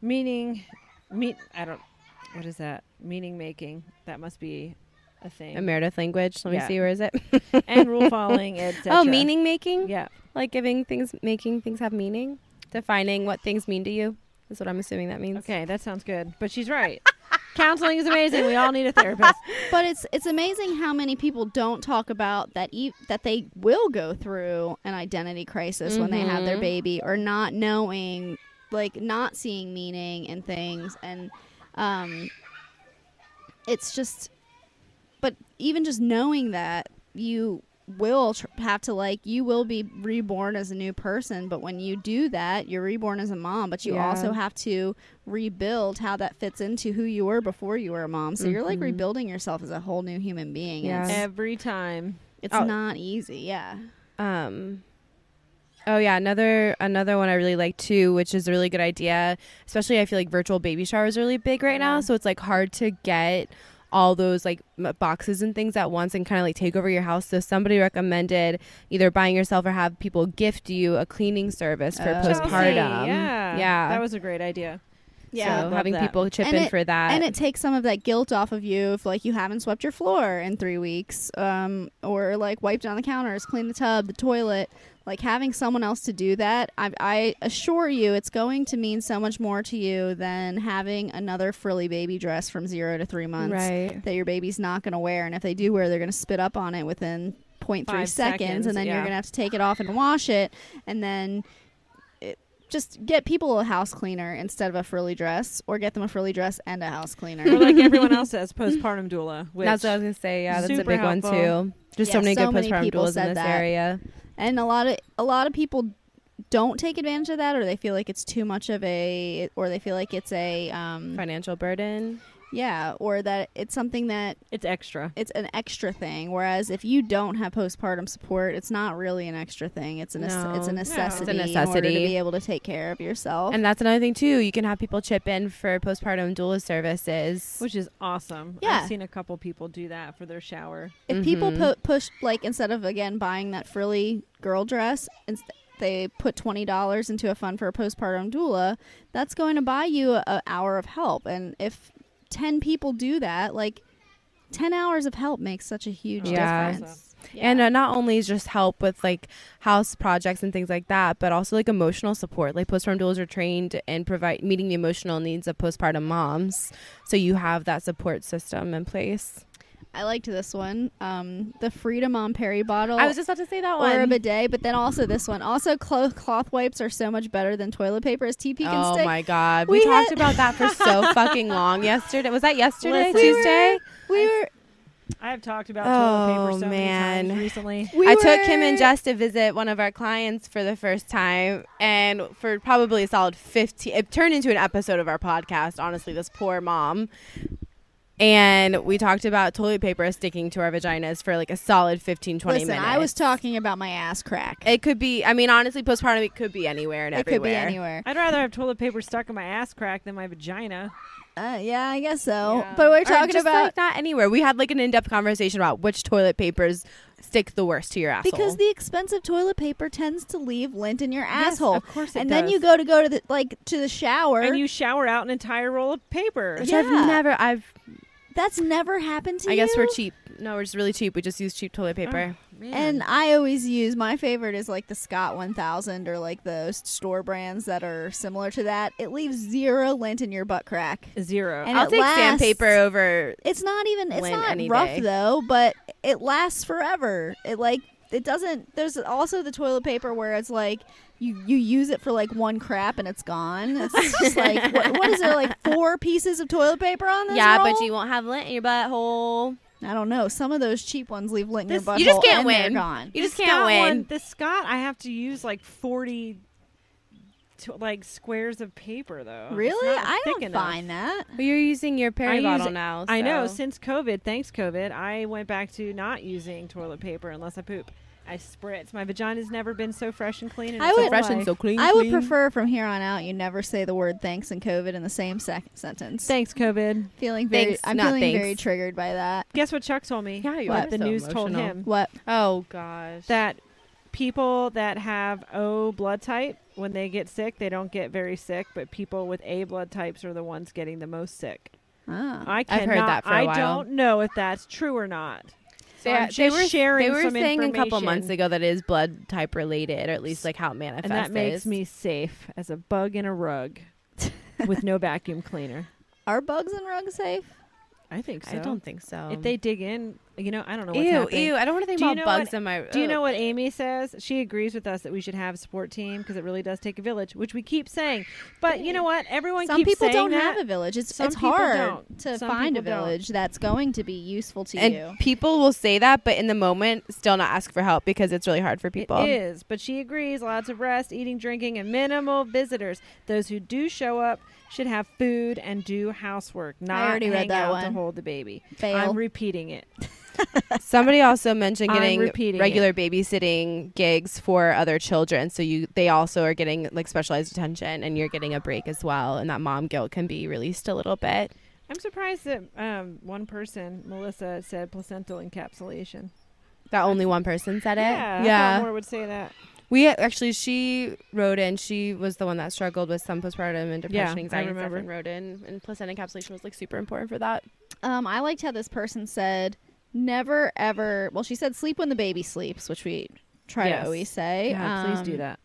S3: meaning, meet. I don't. What is that? Meaning making. That must be a thing.
S2: And Meredith language. Let me
S3: Yeah.
S2: see where is it?
S3: and rule following, etc.
S2: Oh, meaning making.
S3: Yeah.
S2: like giving things making things have meaning defining what things mean to you is what i'm assuming that means
S3: Okay, that sounds good. But she's right. counseling is amazing. We all need a therapist.
S1: But it's it's amazing how many people don't talk about that e- that they will go through an identity crisis when they have their
S2: Mhm.
S1: baby or not knowing, like not seeing meaning in things, and um, it's just. But even just knowing that you will tr- have to like you will be reborn as a new person but when you do that you're reborn as a mom but you
S2: Yeah.
S1: also have to rebuild how that fits into who you were before you were a mom so you're like
S2: Mhm.
S1: rebuilding yourself as a whole new human being
S2: Yeah.
S1: yeah. it's,
S3: Every time.
S1: it's
S2: Oh.
S1: not easy yeah
S2: um oh yeah another another one i really like too which is a really good idea especially i feel like virtual baby showers are really big right now so it's like hard to get all those like m- boxes and things at once and kind of like take over your house so somebody recommended either buying yourself or have people gift you a cleaning service for
S1: Oh.
S2: postpartum
S1: Chelsea,
S3: yeah.
S2: yeah
S3: That was a great idea.
S1: yeah
S2: so
S3: love
S2: having
S3: that.
S2: people chip
S1: And
S2: in
S1: it-
S2: for that
S1: and it takes some of that guilt off of you if like you haven't swept your floor in three weeks um, or like wiped down the counters cleaned the tub the toilet like having someone else to do that I, I assure you it's going to mean so much more to you than having another frilly baby dress from zero to three months
S2: right
S1: that your baby's not going to wear and if they do wear they're going to spit up on it within 0.3
S3: Five
S1: seconds,
S3: seconds,
S1: and then you're
S3: yeah.
S1: going to have to take it off and wash it and then it, just get people a house cleaner instead of a frilly dress or get them a frilly dress and a house cleaner
S3: Or like everyone else says, postpartum doula. Which
S2: that's what I was gonna say. Yeah, that's a
S3: super
S2: big
S3: helpful.
S2: one too. Just
S1: Yeah,
S2: so many
S1: so
S2: good
S1: many
S2: postpartum
S1: people
S2: doulas in
S1: said
S2: this
S1: that.
S2: area.
S1: and a lot of a lot of people don't take advantage of that or they feel like it's too much of a or they feel like it's a um,
S2: Financial burden.
S1: yeah or that it's something that
S3: it's extra.
S1: it's an extra thing whereas if you don't have postpartum support it's not really an extra thing it's a nece-
S2: No.
S1: it's a
S3: No. It's
S1: necessity,
S3: a
S1: in order to
S2: necessity.
S1: be able to take care of yourself
S2: And that's another thing too. You can have people chip in for postpartum doula services.
S3: Which is awesome.
S1: Yeah.
S3: I've seen a couple people do that for their shower.
S1: if people
S2: Mhm.
S1: po- push like instead of again buying that frilly girl dress inst- they put $20 into a fund for a postpartum doula that's going to buy you an hour of help and if 10 people do that like 10 hours of help makes such a huge
S2: Yeah.
S1: difference
S2: And uh, not only is just help with like house projects and things like that, but also like emotional support. Like postpartum doulas are trained in provide meeting the emotional needs of postpartum moms, so you have that support system in place.
S1: i liked this one um, the freedom on perry bottle
S2: I was just about to say that one.
S1: or a bidet, but then also this one. Also, cloth cloth wipes are so much better than toilet paper as TP can
S2: oh
S1: stick.
S2: my god, we,
S1: We had-
S2: talked about that for so fucking long yesterday. Was that yesterday?
S3: Listen. We were-
S2: Tuesday.
S1: We were
S3: I have talked about
S2: Oh,
S3: toilet paper so
S2: man.
S3: many times recently.
S1: we
S2: I
S1: were,
S2: took Kim and Jess to visit one of our clients for the first time, and for probably a solid 15, it turned into an episode of our podcast, honestly, this poor mom. and we talked about toilet paper sticking to our vaginas for like a solid 15 20
S1: Listen,
S2: minutes
S1: I was talking about my ass crack.
S2: it could be i mean honestly postpartum it could be anywhere and
S1: it could be
S2: everywhere
S1: anywhere.
S3: I'd rather have toilet paper stuck in my ass crack than my vagina.
S1: Uh, yeah, I guess so.
S2: Yeah.
S1: But we're
S2: Or
S1: talking
S2: just,
S1: about
S2: like, not anywhere we had like an in-depth conversation about which toilet papers stick the worst to your asshole
S1: because the expensive toilet paper tends to leave lint in your asshole.
S3: of course it
S1: and then
S3: does.
S1: you go to go to the like to the shower.
S3: And you shower out an entire roll of paper.
S2: which
S1: yeah.
S2: I've never, I've,
S1: That's never happened to
S2: I
S1: you.
S2: guess we're cheap. No, we're just really cheap. We just use cheap toilet paper. Mm.
S1: And I always use my favorite is like the Scott 1000 or like those store brands that are similar to that. It leaves zero lint in your butt crack.
S3: zero.
S1: And
S2: I'll
S1: it
S2: take
S1: lasts.
S2: sandpaper over.
S1: It's not even it's
S2: Lint
S1: not
S2: any
S1: rough
S2: day.
S1: though, but it lasts forever. It like it doesn't there's also the toilet paper where it's like you, you use it for like one crap and it's gone. It's just like what, what is there like four pieces of toilet paper on this?
S2: Yeah, but
S1: roll?
S2: you won't have lint in your butthole.
S1: I don't know. Some of those cheap ones leave lint in
S3: This-
S1: your butthole.
S2: you just can't
S1: and they're
S2: win.
S1: Gone.
S2: You just
S3: The
S2: can't
S3: Scott
S2: win.
S3: One, the Scott, I have to use like forty, to, like squares of paper though. It's
S1: Really?
S3: not
S1: I
S3: thick
S1: don't
S3: enough.
S1: find that.
S2: Well, you're using your Perry
S3: I use-
S2: bottle now.
S3: I know.
S2: so-
S3: Since COVID, thanks COVID, I went back to not using toilet paper unless I poop. I spritz. My vagina's never been so fresh and clean. In
S1: I
S3: its
S1: would-
S2: so
S3: whole
S2: fresh and
S3: life.
S2: so clean.
S1: I would
S2: clean.
S1: prefer from here on out you never say the word thanks and COVID in the same sec- sentence.
S3: Thanks COVID.
S1: feeling very,
S2: Thanks,
S1: I'm
S2: not
S1: feeling
S2: thanks.
S1: very triggered by that.
S3: Guess what Chuck told me?
S2: Yeah, you
S1: What?
S2: are
S3: the
S2: so
S3: news told
S2: emotional.
S3: him
S1: What?
S2: Oh gosh.
S3: that people that have O blood type when they get sick, they don't get very sick, but people with A blood types are the ones getting the most sick.
S1: Ah.
S3: I
S2: Um, I've
S3: cannot.
S2: heard that for a
S3: I
S2: while.
S3: don't know if that's true or not. So
S2: Yeah,
S3: I'm
S2: they
S3: just
S2: were
S3: sharing
S2: They were
S3: some
S2: saying a couple months
S3: information.
S2: ago that it is blood type related, or at least like how it manifests.
S3: and that makes
S2: is.
S3: me safe as a bug in a rug with no vacuum cleaner.
S1: Are bugs and rugs safe?
S3: I think so.
S2: I don't think so.
S3: If they dig in, you know, I don't know. What's
S2: ew,
S3: happening.
S2: ew. I don't want to think
S3: Do you
S2: about
S3: know
S2: bugs
S3: what-
S2: in my.
S3: Do you know
S2: ugh.
S3: what Amy says? She agrees with us that we should have a support team because it really does take a village, which we keep saying. But you know what? Everyone
S1: Some
S3: keeps
S1: people
S3: saying
S1: don't have
S3: that.
S1: a village. It's
S3: Some
S1: it's
S3: people
S1: hard
S3: don't.
S1: to
S3: Some
S1: find a
S3: people don't.
S1: village that's going to be useful to
S2: And
S1: you.
S2: people will say that, but in the moment, still not ask for help because it's really hard for people.
S3: It is, but she agrees. Lots of rest, eating, drinking, and minimal visitors. Those who do show up should have food and do housework, not
S1: already
S3: hang
S1: read that
S3: out to
S1: one.
S3: hold the baby.
S1: Fail.
S3: I'm repeating it.
S2: Somebody also mentioned
S3: I'm
S2: getting
S3: repeating
S2: regular babysitting gigs for other children, so you they also are getting like specialized attention, and you're getting a break as well, and that mom guilt can be released a little bit.
S3: I'm surprised that um, one person, Melissa, said placental encapsulation.
S2: That only one person said it.
S3: Yeah, I thought
S2: yeah.
S3: more would say that.
S2: We actually, she wrote in. She was the one that struggled with some postpartum and
S3: Yeah,
S2: depression,
S3: I
S2: anxiety, stuff,
S3: remember.
S2: and wrote in. And placenta encapsulation was like super important for that.
S1: Um, I liked how this person said, "Never ever." Well, she said, "Sleep when the baby sleeps," which we try
S3: Yes.
S1: to always say.
S3: Yeah, please do
S1: Um,
S3: that.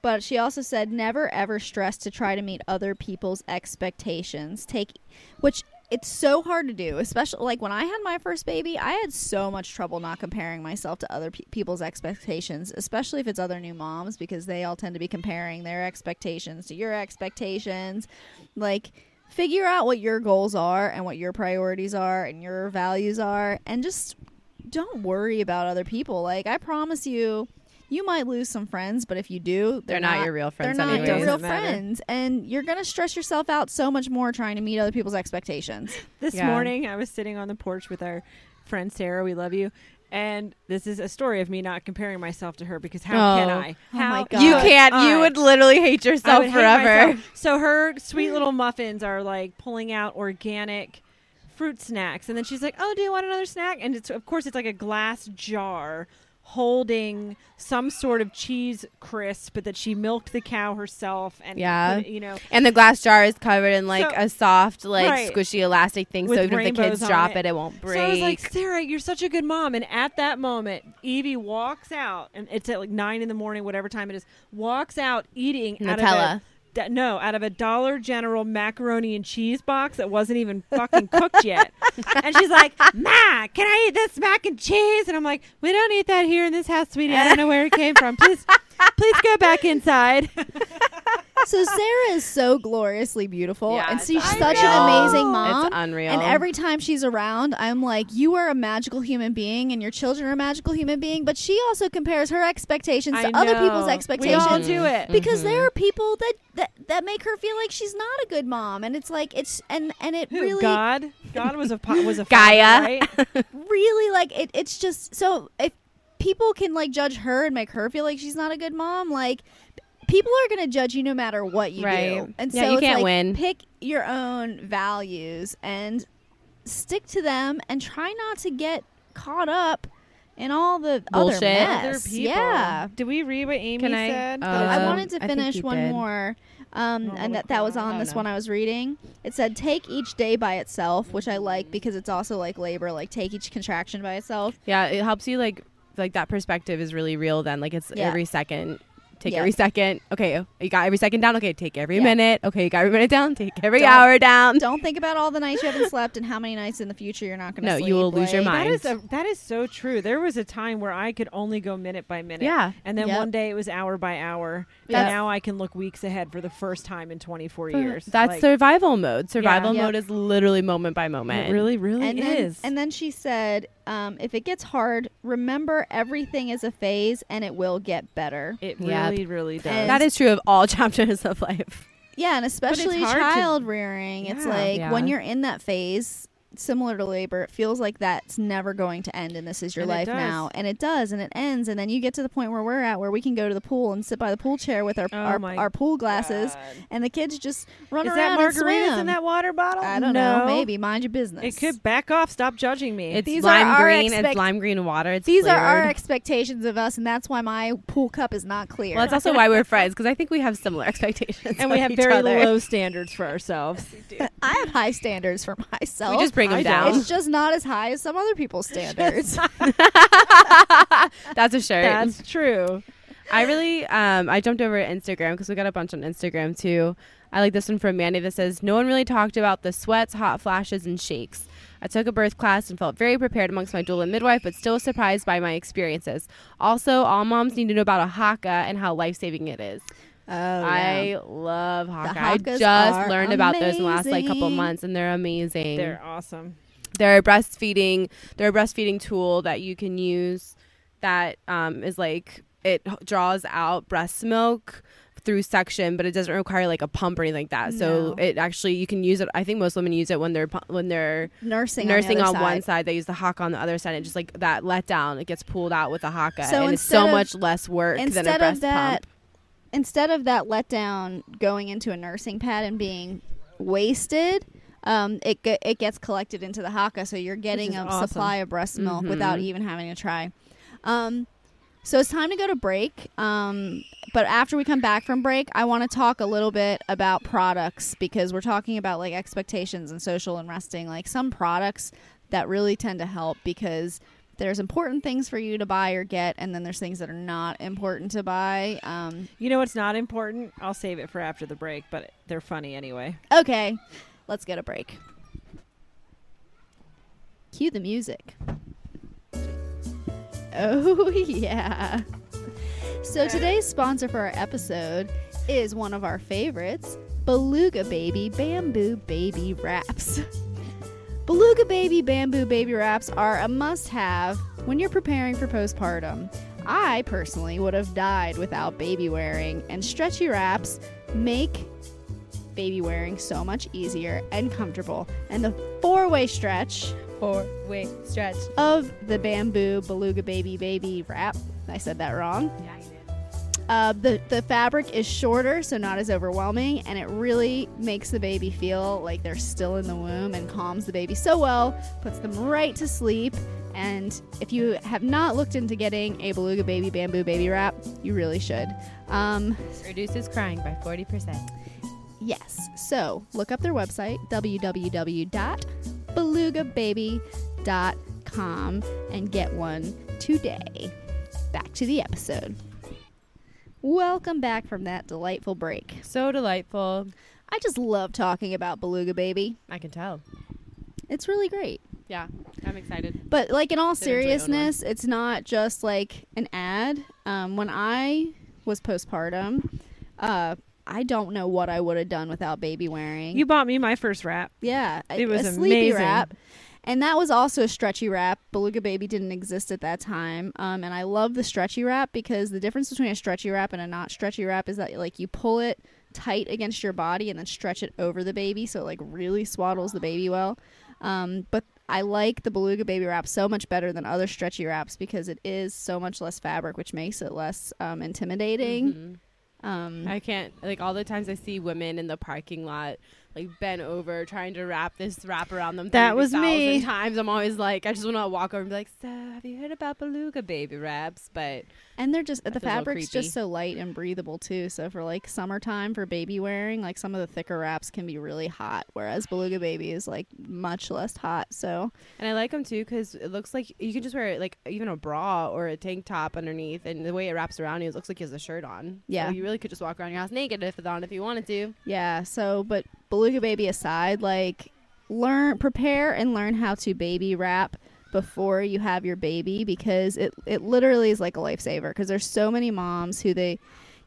S1: But she also said, never ever stress to try to meet other people's expectations. Take, which it's so hard to do, especially like when I had my first baby, I had so much trouble not comparing myself to other pe- people's expectations, especially if it's other new moms, because they all tend to be comparing their expectations to your expectations. Like, figure out what your goals are and what your priorities are and your values are, and just don't worry about other people. Like, I promise you. You might lose some friends, but if you do,
S2: They're, not, your real friends.
S1: they're not
S2: anyways.
S1: your real
S3: Doesn't matter.
S1: friends, and you're gonna stress yourself out so much more trying to meet other people's expectations.
S3: This
S2: Yeah.
S3: morning, I was sitting on the porch with our friend Sarah. We love you. And this is a story of me not comparing myself to her because how
S2: Oh.
S3: can I?
S1: Oh
S3: How
S1: my God.
S2: You
S1: But
S2: can't.
S3: I?
S2: You would literally hate
S3: I
S2: yourself
S3: would hate
S2: forever.
S3: myself. So her sweet little muffins are like pulling out organic fruit snacks, and then she's like, "Oh, do you want another snack?" And it's of course it's like a glass jar holding some sort of cheese crisp that she milked the cow herself, and
S2: Yeah.
S3: put it- you know,
S2: And the glass jar is covered in like
S3: So-
S2: a soft, like
S3: Right.
S2: squishy, elastic thing.
S3: With
S2: so even if the
S3: rainbows
S2: kids
S3: on
S2: drop
S3: it.
S2: it, it, won't break.
S3: So I was like, Sarah, you're such a good mom. And at that moment, Evie walks out, and it's at like nine in the morning, whatever time it is. Walks out eating out
S2: Nutella.
S3: of a, da- no, out of a Dollar General macaroni and cheese box that wasn't even fucking cooked yet. and she's like, Ma, can I eat this mac and cheese? And I'm like, We don't eat that here in this house, sweetie. I don't know where it came from. Please, please go back inside.
S1: so Sarah is so gloriously beautiful,
S2: Yeah,
S1: and
S2: it's
S1: she's such
S2: unreal.
S1: an amazing
S2: It's
S1: mom.
S2: unreal.
S1: And every time she's around, I'm like, you are a magical human being, and your children are a magical human being. But she also compares her expectations to
S3: I
S1: other people's
S3: know.
S1: expectations.
S3: We all do Mm-hmm. it.
S1: because there are people that, that that make her feel like she's not a good mom, and it's like it's and and it
S3: Who,
S1: really
S3: God, God was a po- was a
S2: Gaia.
S3: father, right?
S1: really like it it's just so if people can like judge her and make her feel like she's not a good mom like people are going to judge you no matter what you
S2: Right.
S1: do and
S2: Yeah,
S1: so
S2: you
S1: it's
S2: can't
S1: like,
S2: win.
S1: pick your own values and stick to them and try not to get caught up in all the
S2: Bullshit.
S1: other
S3: Other
S1: mess
S3: people.
S1: yeah
S3: Did we read what Amy
S2: Can I-
S3: said?
S2: Oh.
S1: Oh, I
S2: Um,
S1: wanted to
S2: I think
S1: finish
S2: you
S1: one
S2: did.
S1: more, um,
S3: Normal
S1: and that that was
S3: crowd.
S2: Oh,
S1: on
S3: I
S1: this
S3: don't
S1: one I was reading. It said, "Take each day by itself," which I like because it's also like labor. Like take each contraction by itself.
S2: Yeah, it helps you like like that perspective is really real then. Like it's
S1: Yeah.
S2: every second. Take
S1: Yeah.
S2: every second. Okay, oh, you got every second down. Okay, take every
S1: Yeah.
S2: minute. Okay, you got every minute down. Take every
S1: Don't-
S2: hour down.
S1: Don't think about all the nights you haven't slept and how many nights in the future you're not going to.
S2: No, you
S1: sleep.
S2: will lose your
S1: Like,
S2: mind.
S3: That is a, that is so true. There was a time where I could only go minute by minute.
S2: Yeah.
S3: And then
S1: Yep.
S3: one day it was hour by hour. And
S1: That's-
S3: now I can look weeks ahead for the first time in 24
S2: For-
S3: years.
S2: That's
S3: Like,
S2: survival mode. Survival
S1: Yeah.
S2: mode is literally moment by moment.
S3: it really, really
S1: And then,
S3: is.
S1: and then she said, um, "If it gets hard, remember everything is a phase, and it will get better."
S3: it
S2: Yep.
S3: really, really does.
S1: And-
S2: that is true of all chapters of life.
S1: Yeah, and especially
S3: hard to-
S1: child rearing. It's
S3: Yeah.
S1: like
S2: Yeah.
S1: when you're in that phase, similar to labor, it feels like that's never going to end and this is your
S3: And it
S1: life
S3: does.
S1: now. And it does, and it ends. And then you get to the point where we're at where we can go to the pool and sit by the pool chair with our,
S3: Oh
S1: our,
S3: my
S1: our pool glasses,
S3: God.
S1: and the kids just run
S3: Is that
S1: around. and
S3: margaritas
S1: swim.
S3: in that water bottle?
S1: I don't
S3: no.
S1: know. Maybe. Mind your business.
S3: It could back off. Stop judging me.
S2: It's
S1: These are
S2: lime
S1: our
S2: green.
S1: expect-
S2: it's lime green water. It's
S1: These are our
S2: cleared.
S1: expectations of us, and that's why my pool cup is not clear.
S2: Well, that's also why we're friends because I think we have similar expectations.
S3: and we
S2: of
S3: have
S2: each
S3: very
S2: other.
S3: low standards for ourselves.
S1: I have high standards for myself.
S2: We just bring
S3: I
S2: them
S3: don't.
S2: down.
S1: it's just not as high as some other people's standards.
S2: That's a shirt.
S3: That's true.
S2: I really, um, I jumped over to Instagram because we got a bunch on Instagram too. I like this one from Mandy that says, No one really talked about the sweats, hot flashes, and shakes. I took a birth class and felt very prepared amongst my doula and midwife, but still surprised by my experiences. Also, all moms need to know about a haka and how life saving it is.
S1: oh,
S2: I love haka. I
S1: hakas
S2: just
S1: are
S2: learned about those in the last like couple
S1: amazing.
S2: months, and they're amazing.
S3: They're awesome.
S2: they're a breastfeeding they're a breastfeeding tool that you can use that um, is like it h- draws out breast milk through suction but it doesn't require like a pump or anything like that
S1: No.
S2: so it actually you can use it i think most women use it when they're pu- when they're
S1: nursing
S2: nursing on,
S1: on, the other
S2: one
S1: side.
S2: side they use the haka on the other side and just like that let down it gets pulled out with a haka
S1: So
S2: and it's
S1: instead
S2: so
S1: of-
S2: much less work than a
S1: instead
S2: breast
S1: of that
S2: pump
S1: instead of that letdown going into a nursing pad and being wasted um, it ge- it gets collected into the haka so you're getting
S3: is
S1: a
S3: awesome.
S1: supply of breast milk without
S2: Mhm.
S1: even having to try um, so it's time to go to break um, but after we come back from break i want to talk a little bit about products because we're talking about like expectations and social and resting like some products that really tend to help because there's important things for you to buy or get, and then there's things that are not important to buy. Um,
S3: You know what's not important? I'll save it for after the break, but they're funny anyway.
S1: okay, let's get a break. Cue the music. Oh, yeah. So, today's sponsor for our episode is one of our favorites Beluga Baby Bamboo Baby Wraps. Beluga Baby Bamboo Baby Wraps are a must have when you're preparing for postpartum. I personally would have died without baby wearing, and stretchy wraps make baby wearing so much easier and comfortable. And the four way stretch
S2: four way stretch
S1: of the bamboo beluga baby baby wrap. I said that wrong. Uh, the the fabric is shorter, so not as overwhelming, and it really makes the baby feel like they're still in the womb and calms the baby so well, puts them right to sleep. And if you have not looked into getting a beluga baby bamboo baby wrap, you really should. Um,
S2: reduces crying by 40%
S1: Yes. So look up their website, www.belugababy.com, and get one today. Back to the episode. Welcome back from that delightful break.
S2: so delightful
S1: I just love talking about Beluga Baby.
S2: i can tell
S1: It's really great.
S2: yeah i'm excited
S1: But like in all
S2: Did enjoy that one.
S1: seriousness, it's not just like an ad. Um, when I was postpartum, uh, I don't know what I would have done without baby wearing.
S3: You bought me my first wrap.
S1: yeah, a-
S3: It was
S1: a sleepy
S3: amazing.
S1: wrap, and that was also a stretchy wrap. Beluga baby didn't exist at that time, um, and I love the stretchy wrap because the difference between a stretchy wrap and a not stretchy wrap is that like you pull it tight against your body and then stretch it over the baby, so it like really swaddles the baby well. Um, but I like the beluga baby wrap so much better than other stretchy wraps because it is so much less fabric, which makes it less um, intimidating.
S2: Mhm.
S3: Mm-hmm.
S1: Um,
S2: I can't like all the times I see women in the parking lot like bent over trying to wrap this wrap around them.
S3: That was me.
S2: 30,000 Times I'm always like I just want to walk over and be like, "So, have you heard about beluga baby wraps?" But
S1: And they're just the
S2: feels a little
S1: fabric's
S2: creepy.
S1: just so light and breathable too. So for like summertime for baby wearing, like some of the thicker wraps can be really hot, whereas beluga baby is like much less hot. So
S2: and I like them too because it looks like you can just wear it like even a bra or a tank top underneath, and the way it wraps around you, it looks like he has a shirt on.
S1: Yeah.
S2: so you really could just walk around your house naked if on if you wanted to.
S1: yeah, so but beluga baby aside, like learn prepare and learn how to baby wrap before you have your baby because it it literally is like a lifesaver because there's so many moms who they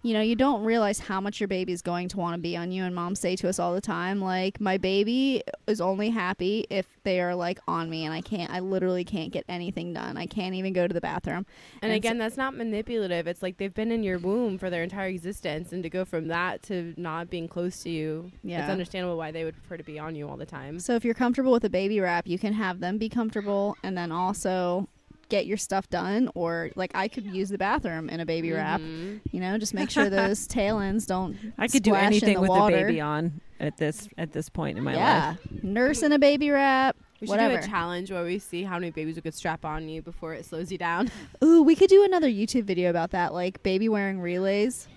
S1: you know, you don't realize how much your baby is going to want to be on you. And moms say to us all the time, like, my baby is only happy if they are like on me, and I can't, I literally can't get anything done. I can't even go to the bathroom. And
S2: And, again, that's not manipulative. It's like they've been in your womb for their entire existence, and to go from that to not being close to you,
S1: Yeah.
S2: it's understandable why they would prefer to be on you all the time.
S1: So if you're comfortable with a baby wrap, you can have them be comfortable and then also get your stuff done or like I could use the bathroom in a baby wrap.
S2: Mhm.
S1: You know, just make sure those tail ends don't
S3: I could do
S1: splash in
S3: anything
S1: the
S3: with
S1: water.
S3: a baby on at this at this point in my
S1: yeah.
S3: life.
S1: Nurse in a baby wrap.
S2: We should
S1: whatever.
S2: do a challenge where we see how many babies we could strap on you before it slows you down.
S1: Ooh, we could do another YouTube video about that, like baby wearing relays.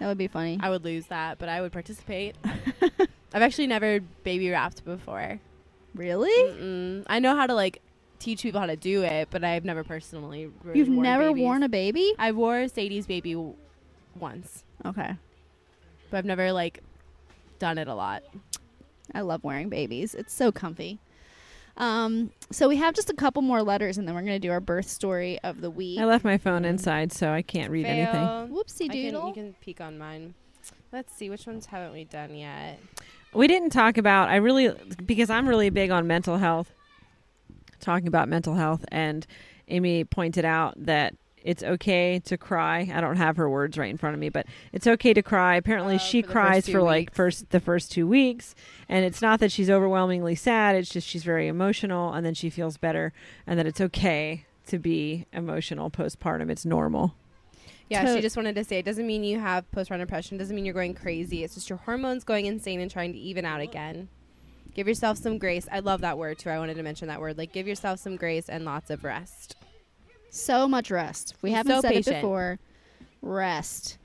S1: That would be funny.
S2: I would lose that, but I would participate. I've actually never baby wrapped before.
S1: Really?
S2: Mm-mm. I know how to like teach people how to do it, but I've never personally. Really
S1: You've never worn
S2: I
S1: a baby?
S2: wore Sadie's baby w- once,
S1: Okay.
S2: but I've never like done it a lot.
S1: I love wearing babies. It's so comfy. Um, so we have just a couple more letters and then we're going to do our birth story of the week.
S3: I left my phone inside, so I can't read anything.
S2: Fail.
S1: Whoopsie
S2: I can,
S1: doodle.
S2: you can peek on mine. Let's see which ones haven't we done yet.
S3: We didn't talk about. I really because I'm really big on mental health. Talking about mental health, and Amy pointed out that it's okay to cry. I don't have her words right in front of me, but it's okay to cry. Apparently,
S2: Uh,
S3: she
S2: for the first
S3: cries
S2: two
S3: for like
S2: weeks.
S3: first the first two weeks, and it's not that she's overwhelmingly sad. It's just she's very emotional, and then she feels better, and that it's okay to be emotional postpartum. It's normal.
S2: Yeah,
S1: To-
S2: she just wanted to say it doesn't mean you have postpartum depression, doesn't mean you're going crazy. It's just your hormones going insane and trying to even out again. Give yourself some grace. I love that word too. I wanted to mention that word. Like give yourself some grace and lots of rest.
S1: So much rest. We
S2: He's
S1: haven't
S2: so
S1: said it
S2: patient.
S1: before. Rest.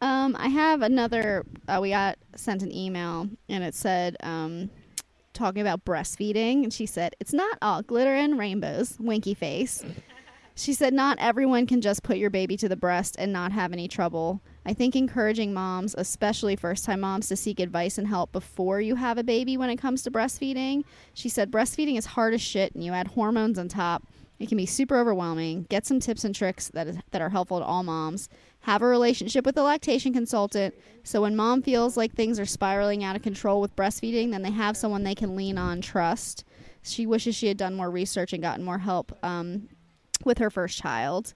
S1: Um, I have another. Uh, we got sent an email and it said, um, talking about breastfeeding. And she said, It's not all glitter and rainbows, winky face. She said, Not everyone can just put your baby to the breast and not have any trouble. I think encouraging moms, especially first time moms, to seek advice and help before you have a baby when it comes to breastfeeding. She said, Breastfeeding is hard as shit, and you add hormones on top. It can be super overwhelming. Get some tips and tricks that, is, that are helpful to all moms. Have a relationship with a lactation consultant so when mom feels like things are spiraling out of control with breastfeeding, then they have someone they can lean on, trust. She wishes she had done more research and gotten more help um, with her first child.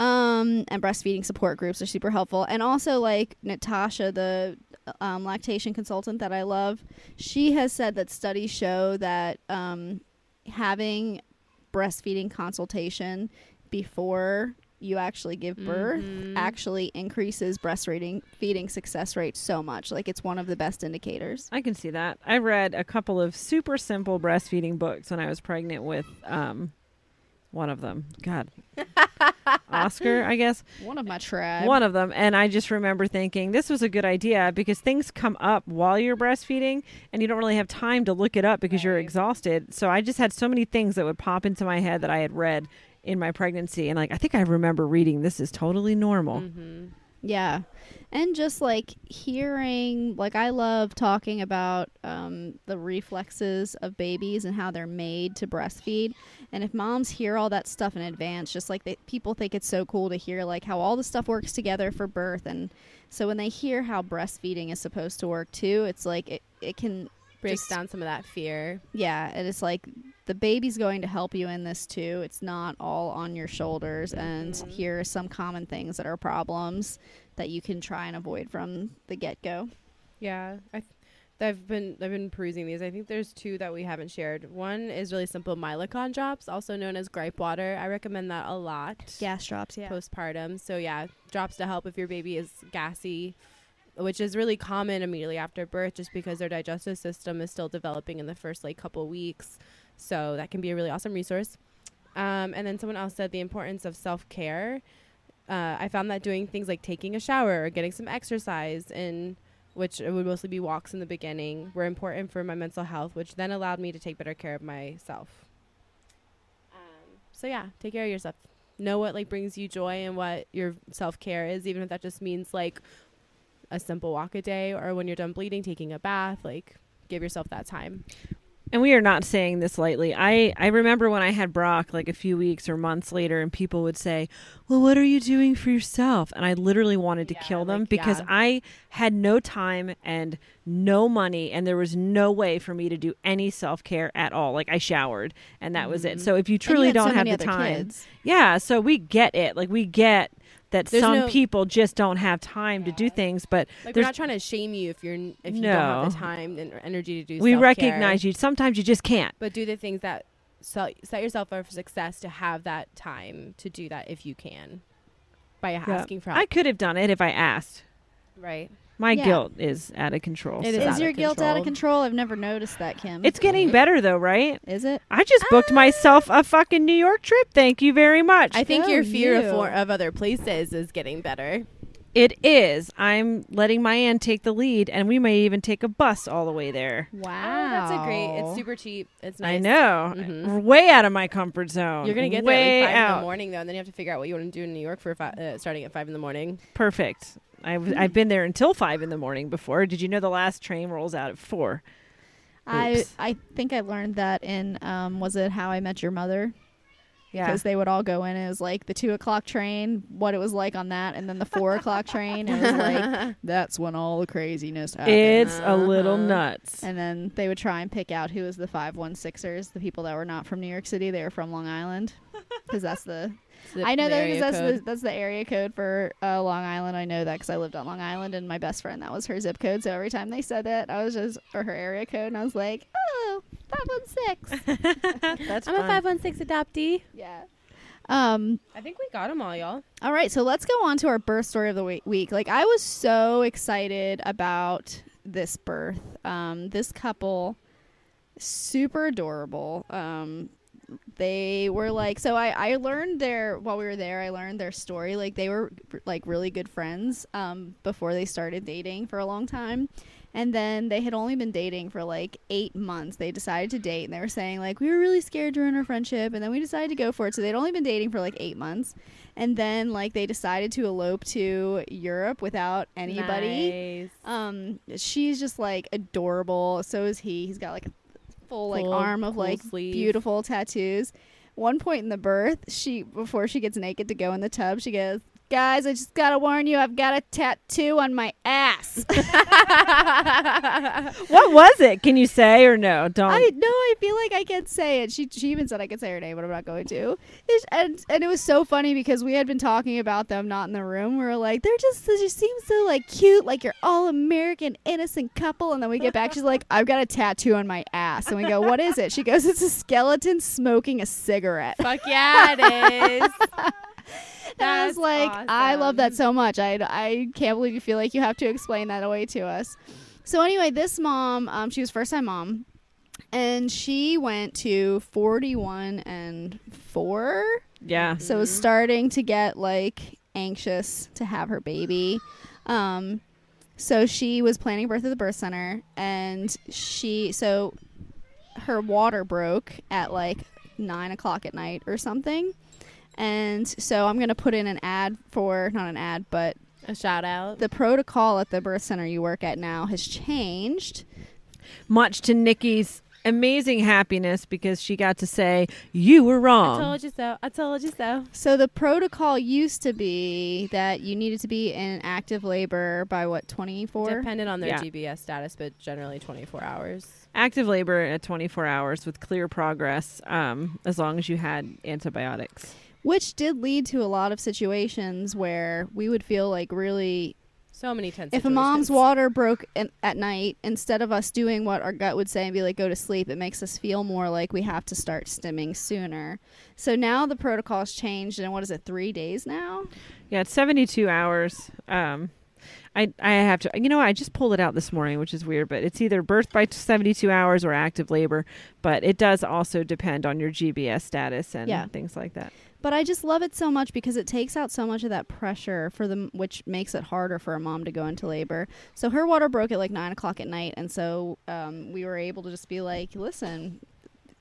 S1: Um, and breastfeeding support groups are super helpful. And also, like Natasha, the um, lactation consultant that I love, she has said that studies show that um, having breastfeeding consultation before you actually give birth
S2: Mhm.
S1: actually increases breast reading, feeding success rate so much. Like, it's one of the best indicators.
S3: I can see that. I read a couple of super simple breastfeeding books when I was pregnant with um, one of them. God. Oscar, I guess.
S1: One of my tribe.
S3: One of them. And I just remember thinking this was a good idea because things come up while you're breastfeeding and you don't really have time to look it up because you're
S2: Right.
S3: exhausted. So I just had so many things that would pop into my head that I had read in my pregnancy. And like, I think I remember reading this is totally normal.
S2: Mhm.
S1: Yeah. And just like hearing, like, I love talking about um, the reflexes of babies and how they're made to breastfeed. And if moms hear all that stuff in advance, just like they, people think it's so cool to hear, like, how all the stuff works together for birth. And so when they hear how breastfeeding is supposed to work too, it's like it, it can
S2: Breaks
S1: just-
S2: down some of that fear.
S1: yeah, and it's like the baby's going to help you in this too. It's not all on your shoulders. And
S2: Mhm.
S1: here are some common things that are problems that you can try and avoid from the get go.
S2: Yeah, I th- I've been I've been perusing these. I think there's two that we haven't shared. One is really simple Mylicon drops, also known as gripe water. I recommend that a lot.
S1: Gas drops, yeah.
S2: Postpartum. So yeah, drops to help if your baby is gassy, which is really common immediately after birth just because their digestive system is still developing in the first like couple weeks. So that can be a really awesome resource. Um, and then someone else said the importance of self care. Uh, I found that doing things like taking a shower or getting some exercise and which it would mostly be walks in the beginning were important for my mental health, which then allowed me to take better care of myself. Um, so yeah, take care of yourself. Know what like brings you joy and what your self care is, even if that just means like a simple walk a day or when you're done bleeding, taking a bath. Like give yourself that time.
S3: and we are not saying this lightly. I I remember when I had Brock like a few weeks or months later, and people would say, "Well, what are you doing for yourself?" And I literally wanted to
S2: Yeah,
S3: kill them
S2: like,
S3: because
S2: yeah.
S3: I had no time and no money, and there was no way for me to do any self care at all. Like I showered, and that was it.
S2: Mhm.
S3: So if you truly don't have the time, yeah. So we get it. Like we get that
S2: There's
S3: some
S2: no-
S3: people just don't have time to do things, but
S2: Like
S3: There's-
S2: we're not trying to shame you if you're n- if you don't have the
S3: No.
S2: time and energy to do.
S3: we
S2: self-care.
S3: recognize you. Sometimes you just can't.
S2: but do the things that so, set yourself up for success to have that time to do that if you can by asking for help
S3: I could have done it if I asked.
S2: right
S3: My
S1: Yeah.
S3: guilt is out of control.
S2: It
S3: so.
S2: is Mm-hmm.
S1: Is
S2: out
S1: your
S2: of
S1: guilt out of
S2: control.
S1: control? I've never noticed that, Kim.
S3: It's getting better though, right?
S1: is it?
S3: I just booked myself a fucking New York trip. Thank you very much.
S2: Uh, i think
S1: Go
S2: your fear of,
S1: you.
S2: for, of other places is getting better
S3: it is. I'm letting my aunt take the lead, and we may even take a bus all the way there.
S1: Wow,
S2: Oh, that's a great it's super cheap it's nice
S3: I know.
S2: Mhm.
S3: We're way out of my comfort zone.
S2: you're gonna get
S3: way
S2: there at like five
S3: out.
S2: in the morning though and then you have to figure out what you want to do in new york for fi- uh, starting at five in the morning
S3: Perfect. I was,
S2: Mm-hmm.
S3: I've been there until five in the morning before. Did you know the last train rolls out at four?
S1: I
S3: Oops.
S1: I think I learned that in um, was it How I Met Your Mother? Because they would all go in. It was like the two o'clock train, what it was like on that, and then the four o'clock train. It was like that's when all the craziness happens.
S3: it's a little
S2: Uh-huh.
S3: nuts.
S1: and then they would try and pick out who was the 516ers, the people that were not from New York City, they were from Long Island. Because that's the I know that 'cause that's the that's the area code for uh, Long Island. I know that because I lived on Long Island, and my best friend that was her zip code. So every time they said that, I was just or her area code, and I was like, oh, five one six.
S3: That's
S2: i'm a
S3: fun.
S2: 516 adoptee
S1: yeah. Um.
S2: i think we got them all y'all
S1: All right, so let's go on to our birth story of the we- week. Like I was so excited about this birth. Um, this couple, super adorable. Um, they were like so I, I learned their while we were there i learned their story like they were like really good friends um, before they started dating for a long time and then they had only been dating for like eight months they decided to date and they were saying like we were really scared during our friendship and then we decided to go for it so they'd only been dating for like eight months and then like they decided to elope to europe without anybody
S2: Nice.
S1: um, she's just like adorable. So is he. He's got like a full like
S2: Full,
S1: arm of
S2: cool
S1: like
S2: sleeve.
S1: beautiful tattoos. One point in the birth, she before she gets naked to go in the tub, she goes, "Guys, I just gotta warn you, I've got a tattoo on my ass."
S3: What was it? Can you say or no? Don't.
S1: I know. I feel like I can say it. She she even said I could say her name, but I'm not going to. It's- and and it was so funny because we had been talking about them not in the room. We were like, they're just they just seem so like cute, like you're all American innocent couple. And then we get back, she's like, I've got a tattoo on my ass, and we go, what is it? She goes, it's a skeleton smoking a cigarette.
S2: Fuck yeah, it is.
S1: And I was
S2: That's
S1: like, I love that
S2: awesome.
S1: so much. I, I can't believe you feel like you have to explain that away to us. So anyway, this mom, um, she was first time mom, and she went to forty one and four,
S3: yeah.
S1: so was starting to get like anxious to have her baby. Um, so she was planning birth at the birth center, and she so her water broke at like nine o'clock at night or something. And so I'm gonna put in an ad for not an ad, but
S2: A shout out.
S1: The protocol at the birth center you work at now has changed.
S3: Much to Nikki's amazing happiness because she got to say, You were
S2: I
S3: wrong.
S2: told you so. I told you so.
S1: So the protocol used to be that you needed to be in active labor by what 24?
S2: Dependent on their
S3: Yeah.
S2: GBS status, but generally 24 hours.
S3: Active labor at 24 hours with clear progress um, as long as you had antibiotics.
S1: Which did lead to a lot of situations where we would feel like really
S2: So many tense
S1: if a mom's
S2: situations.
S1: water broke in, at night instead of us doing what our gut would say and be like go to sleep it makes us feel more like we have to start stimming sooner so now the protocol's changed and what is it three days now
S3: Yeah, it's 72 hours. Um, I, I have to, you know, I just pulled it out this morning, which is weird, but it's either birth by 72 hours or active labor, but it does also depend on your GBS status and
S1: Yeah.
S3: things like that.
S1: but i just love it so much because it takes out so much of that pressure for them which makes it harder for a mom to go into labor so her water broke at like nine o'clock at night and so um, we were able to just be like listen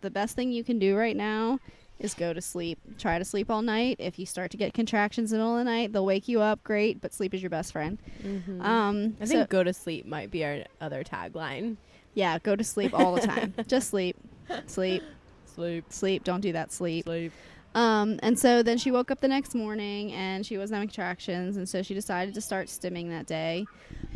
S1: the best thing you can do right now is go to sleep. Try to sleep all night. If you start to get contractions in the middle of the night, they'll wake you up. Great, but sleep is your best friend.
S2: Mhm.
S1: Um,
S2: I
S1: so-
S2: think go to sleep might be our other tagline.
S1: yeah, go to sleep all the time. Just sleep, sleep,
S2: Sleep,
S1: sleep. Don't do that sleep.
S2: sleep.
S1: Um, and so then she woke up the next morning and she wasn't having contractions, and so she decided to start stimming that day.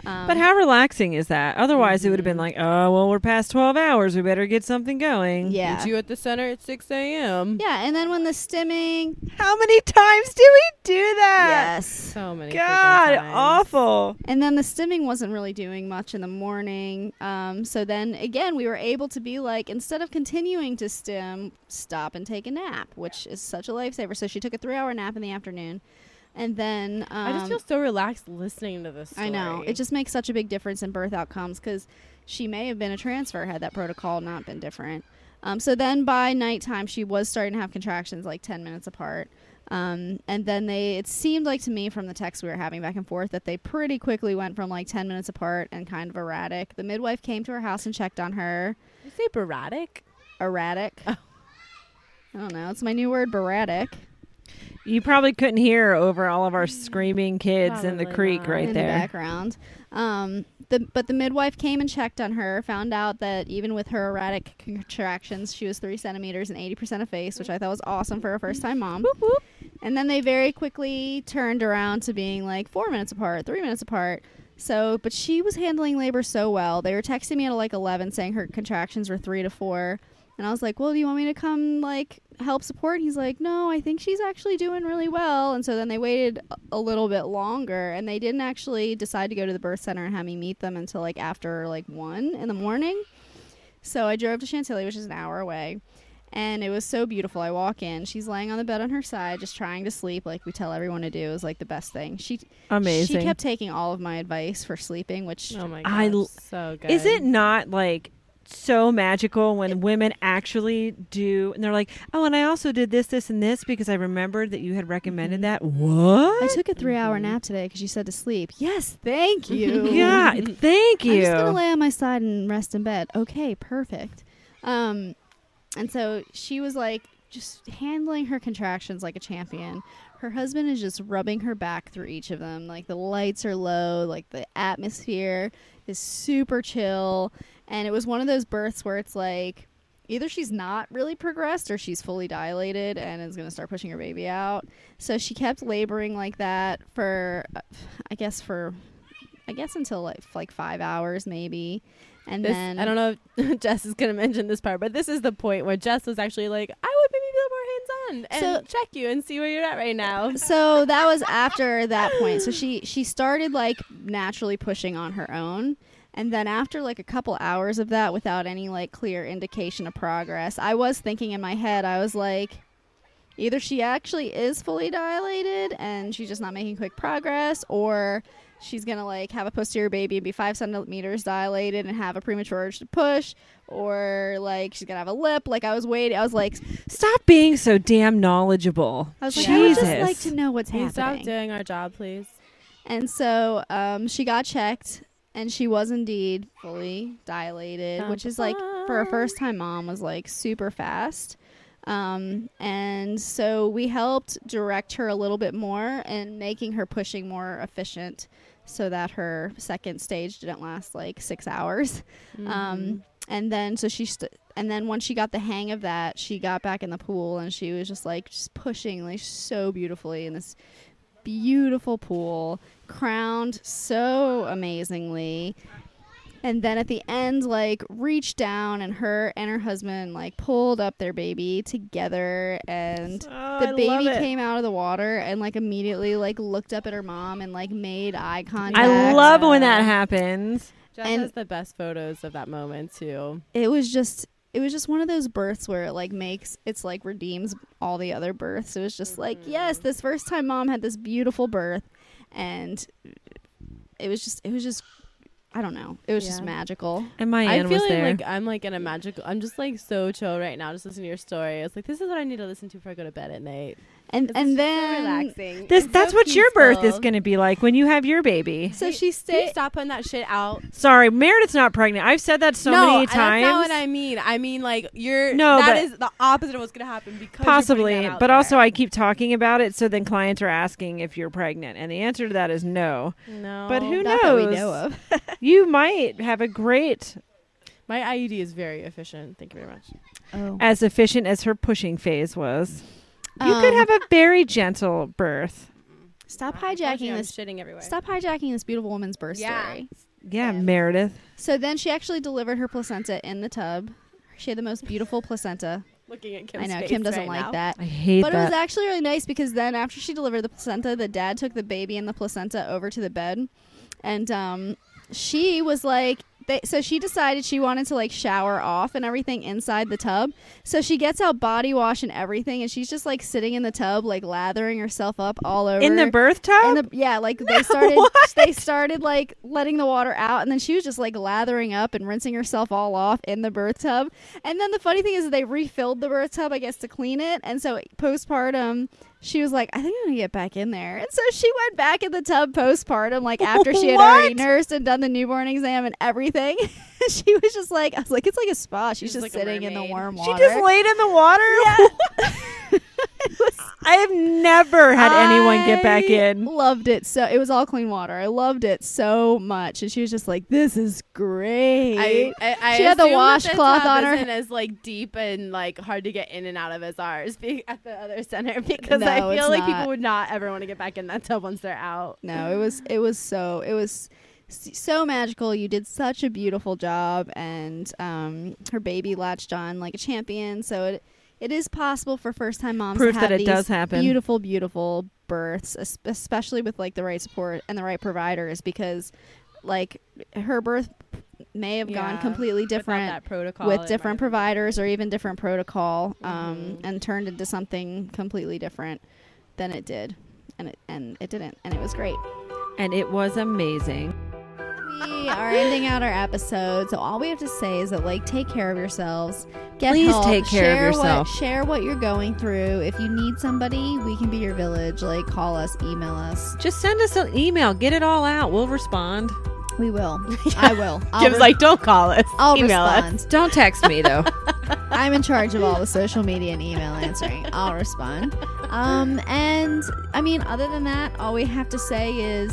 S1: Um,
S3: But how relaxing is that? Otherwise, it would have been
S2: Mhm.
S3: like, oh, well, we're past 12 hours. We better get something going.
S1: Yeah.
S2: Meet you at the center at 6 a.m.
S1: yeah, and then when the stimming,
S3: How many times do we do that?
S1: yes,
S2: So many. freaking
S3: God,
S2: times.
S3: awful.
S1: And then the stimming wasn't really doing much in the morning. Um, so then again, we were able to be like, instead of continuing to stim, stop and take a nap, which is such a lifesaver. So she took a three hour nap in the afternoon. And then um,
S2: I just feel so relaxed listening to this. Story.
S1: I know. It just makes such a big difference in birth outcomes because she may have been a transfer had that protocol not been different. Um, so then by nighttime, she was starting to have contractions like 10 minutes apart. Um, and then they, it seemed like to me from the text we were having back and forth that they pretty quickly went from like 10 minutes apart and kind of erratic. The midwife came to her house and checked on her.
S2: Did you say sporadic.
S1: Erratic.
S2: Oh.
S1: I don't know. It's my new word, beratic.
S3: You probably couldn't hear over all of our screaming kids in the
S2: Probably
S3: creek
S2: not.
S1: in
S3: right
S1: the
S3: there.
S1: background. Um, the, but the midwife came and checked on her, found out that even with her erratic contractions, she was three centimeters and 80% of face, which I thought was awesome for a first time mom. And then they very quickly turned around to being like four minutes apart, three minutes apart. So, but she was handling labor so well. They were texting me at like 11 saying her contractions were three to four. And I was like, well, do you want me to come like help support? And he's like, no, I think she's actually doing really well. And so then they waited a- a little bit longer and they didn't actually decide to go to the birth center and have me meet them until like after like one in the morning. So I drove to Chantilly, which is an hour away. And it was so beautiful. I walk in. She's laying on the bed on her side, just trying to sleep, like we tell everyone to do. Is like the best thing. She
S3: Amazing.
S1: She kept taking all of my advice for sleeping, which
S2: Oh my god.
S3: I l-
S2: so good.
S3: Is it not like so magical when women actually do and they're like, "Oh, and I also did this this and this because I remembered that you had recommended that."
S1: I
S3: What?
S1: took a 3 hour
S2: Mhm.
S1: nap today because you said to sleep. Yes, thank you.
S3: yeah, thank you.
S1: I'm just gonna lay on my side and rest in bed. Okay, perfect. Um, and so she was like just handling her contractions like a champion. Her husband is just rubbing her back through each of them. Like the lights are low, like the atmosphere is super chill. And it was one of those births where it's like either she's not really progressed or she's fully dilated and is going to start pushing her baby out. So she kept laboring like that for, uh, I guess, for I guess until like f- like five hours maybe, and
S2: This,
S1: then
S2: I don't know if Jess is going to mention this part, but this is the point where Jess was actually like, I would maybe be a little more hands on and check you and see where you're at right now.
S1: So that was after that point. So she she started like naturally pushing on her own. And then after like a couple hours of that without any like clear indication of progress, I was thinking in my head, I was like either she actually is fully dilated and she's just not making quick progress or she's going to like have a posterior baby and be 5 centimeters dilated and have a premature urge to push or like she's going to have a lip like I was waiting I was like
S3: Stop being so damn knowledgeable.
S1: I was like,
S3: Jesus.
S1: I would just like to know what's
S2: Can you stop
S1: happening.
S2: doing our job, please?
S1: And so um, she got checked, and she was indeed fully dilated,
S2: Dun,
S1: which is
S2: dun,
S1: like for a
S2: dun.
S1: first time mom was like super fast. Um, and so we helped direct her a little bit more and making her pushing more efficient so that her second stage didn't last like six hours.
S3: Mm-hmm.
S2: Mm-hmm.
S1: Um, and then so she st- and then once she got the hang of that, she got back in the pool and she was just like just pushing like so beautifully in this beautiful pool, crowned so amazingly. And then at the end, like reached down and her and her husband like pulled up their baby together and
S3: Oh,
S1: the
S3: I love
S1: baby
S3: it.
S1: came out of the water and like immediately like looked up at her mom and like made eye contact.
S3: I love when that happens.
S2: Jess
S1: And-
S2: has the best photos of that moment too.
S1: it was just it was just one of those births where it like makes it's like redeems all the other births. It was just like, yes,
S2: Mm-hmm.
S1: this first time mom had this beautiful birth and it was just it was just I don't know. It was just
S2: Yeah.
S1: magical.
S3: And my
S2: I
S3: aunt
S2: feel
S3: was
S2: like,
S3: there.
S2: like I'm like in a magical. I'm just like so chill right now, just listening to your story. It's like this is what I need to listen to before I go to bed at night.
S1: And
S2: It's just so
S1: and then
S2: relaxing.
S3: this
S2: It's
S3: that's
S2: so
S3: what your birth is
S2: peaceful.
S3: going to be like when you have your baby.
S1: so
S2: Hey,
S1: she
S2: Can you
S1: stayed
S2: stop putting that shit out.
S3: Sorry, Meredith's not pregnant. I've said that so
S2: no,
S3: many
S2: that's not
S3: times.
S2: what I mean. I mean like you're.
S3: No, but-
S2: No, that is the opposite of what's gonna happen because you're putting
S3: Possibly,
S2: that out
S3: but
S2: there.
S3: also I keep talking about it, so then clients are asking if you're pregnant, and the answer to that is no.
S2: no.
S3: But who
S1: not that we
S3: knows?
S1: know of.
S3: You might have a great,
S2: My IUD is very efficient. Thank you very much.
S1: Oh.
S3: as efficient as her pushing phase was. You could have
S2: Um,
S3: a very gentle birth.
S1: stop
S2: Wow, I told you
S1: hijacking
S2: I'm
S1: this
S2: shitting everywhere.
S1: stop hijacking this beautiful woman's birth
S2: Yeah.
S1: story.
S3: Yeah,
S2: Yeah.
S3: Meredith.
S1: So then she actually delivered her placenta in the tub. She had the most beautiful placenta.
S2: Looking at Kim's
S1: I know
S2: face
S1: Kim doesn't
S2: right
S1: like
S2: now.
S1: that.
S3: I hate
S1: But it was
S3: that.
S1: actually really nice because then after she delivered the placenta, the dad took the baby and the placenta over to the bed, and um, she was like, they, so she decided she wanted to like shower off and everything inside the tub. So she gets out body wash and everything, and she's just like sitting in the tub, like lathering herself up all over
S3: In the birth
S1: in
S3: tub?
S1: the- yeah, like they started
S3: what?
S1: they started like letting the water out and then she was just like lathering up and rinsing herself all off in the birth tub. And then the funny thing is that they refilled the birth tub, I guess, to clean it. And so postpartum she was like, I think I'm gonna get back in there. And so she went back in the tub postpartum, like after she had already
S3: What?
S1: nursed and done the newborn exam and everything. she was just like, I was like, it's like a spa. She's,
S2: She's
S1: just
S2: like a
S1: sitting in the
S2: mermaid.
S1: warm
S3: she
S1: water.
S3: just laid in the water? I have never had anyone get back
S1: I
S3: in.
S1: Loved it so. It was all clean water. I loved it so much, and she was just like, "This is great."
S2: I, I, I
S1: She had the
S2: assume that
S1: washcloth
S2: tub
S1: on her-
S2: Isn't as like deep and like hard to get in and out of as ours be- at the other center because
S1: No,
S2: I
S1: it's
S2: feel like
S1: not.
S2: people would not ever want to get back in that tub once they're out.
S1: no, it was it was so it was s- so magical. You did such a beautiful job, and um, her baby latched on like a champion. So it it is possible for first time moms
S3: Proof
S1: to have
S3: that it
S1: these
S3: does happen.
S1: beautiful, beautiful births, es- especially with like the right support and the right providers, because like her birth may have gone
S2: Yeah.
S1: completely
S2: Without
S1: different.
S2: that protocol it
S1: with
S2: might
S1: different
S2: have-
S1: providers or even different protocol um,
S2: Mhm.
S3: Mm-hmm.
S1: and turned into something completely different than it did and it and it didn't and it was great
S3: And it was amazing.
S1: we are ending out our episode so all we have to say is that like take care of yourselves get
S3: Please
S1: help,
S3: take care of
S1: share
S3: yourself.
S1: what, share what you're going through if you need somebody we can be your village like call us email us
S3: Just send us an email. Get it all out. We'll respond.
S1: we will i will I'll re-
S2: don't call us.
S1: i'll respond
S3: Don't text me, though.
S1: I'm in charge of all the social media and email answering. I'll respond. Um, and I mean, other than that, all we have to say is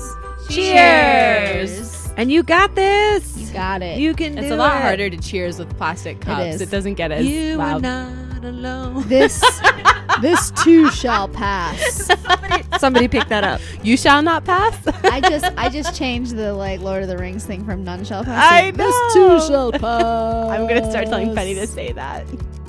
S3: Cheers. and you got this.
S1: You got it.
S3: You can
S2: It's
S3: do
S2: a lot
S3: it.
S2: harder to cheers with plastic cups.
S1: is.
S2: It, doesn't get as
S3: You are
S2: loud.
S3: not alone.
S1: this this too shall pass.
S3: Somebody pick that up.
S2: you shall not pass.
S1: I just I just changed the like Lord of the Rings thing from none shall pass.
S2: I
S1: to This too
S2: know.
S1: shall pass.
S2: I'm gonna start telling Penny to say that.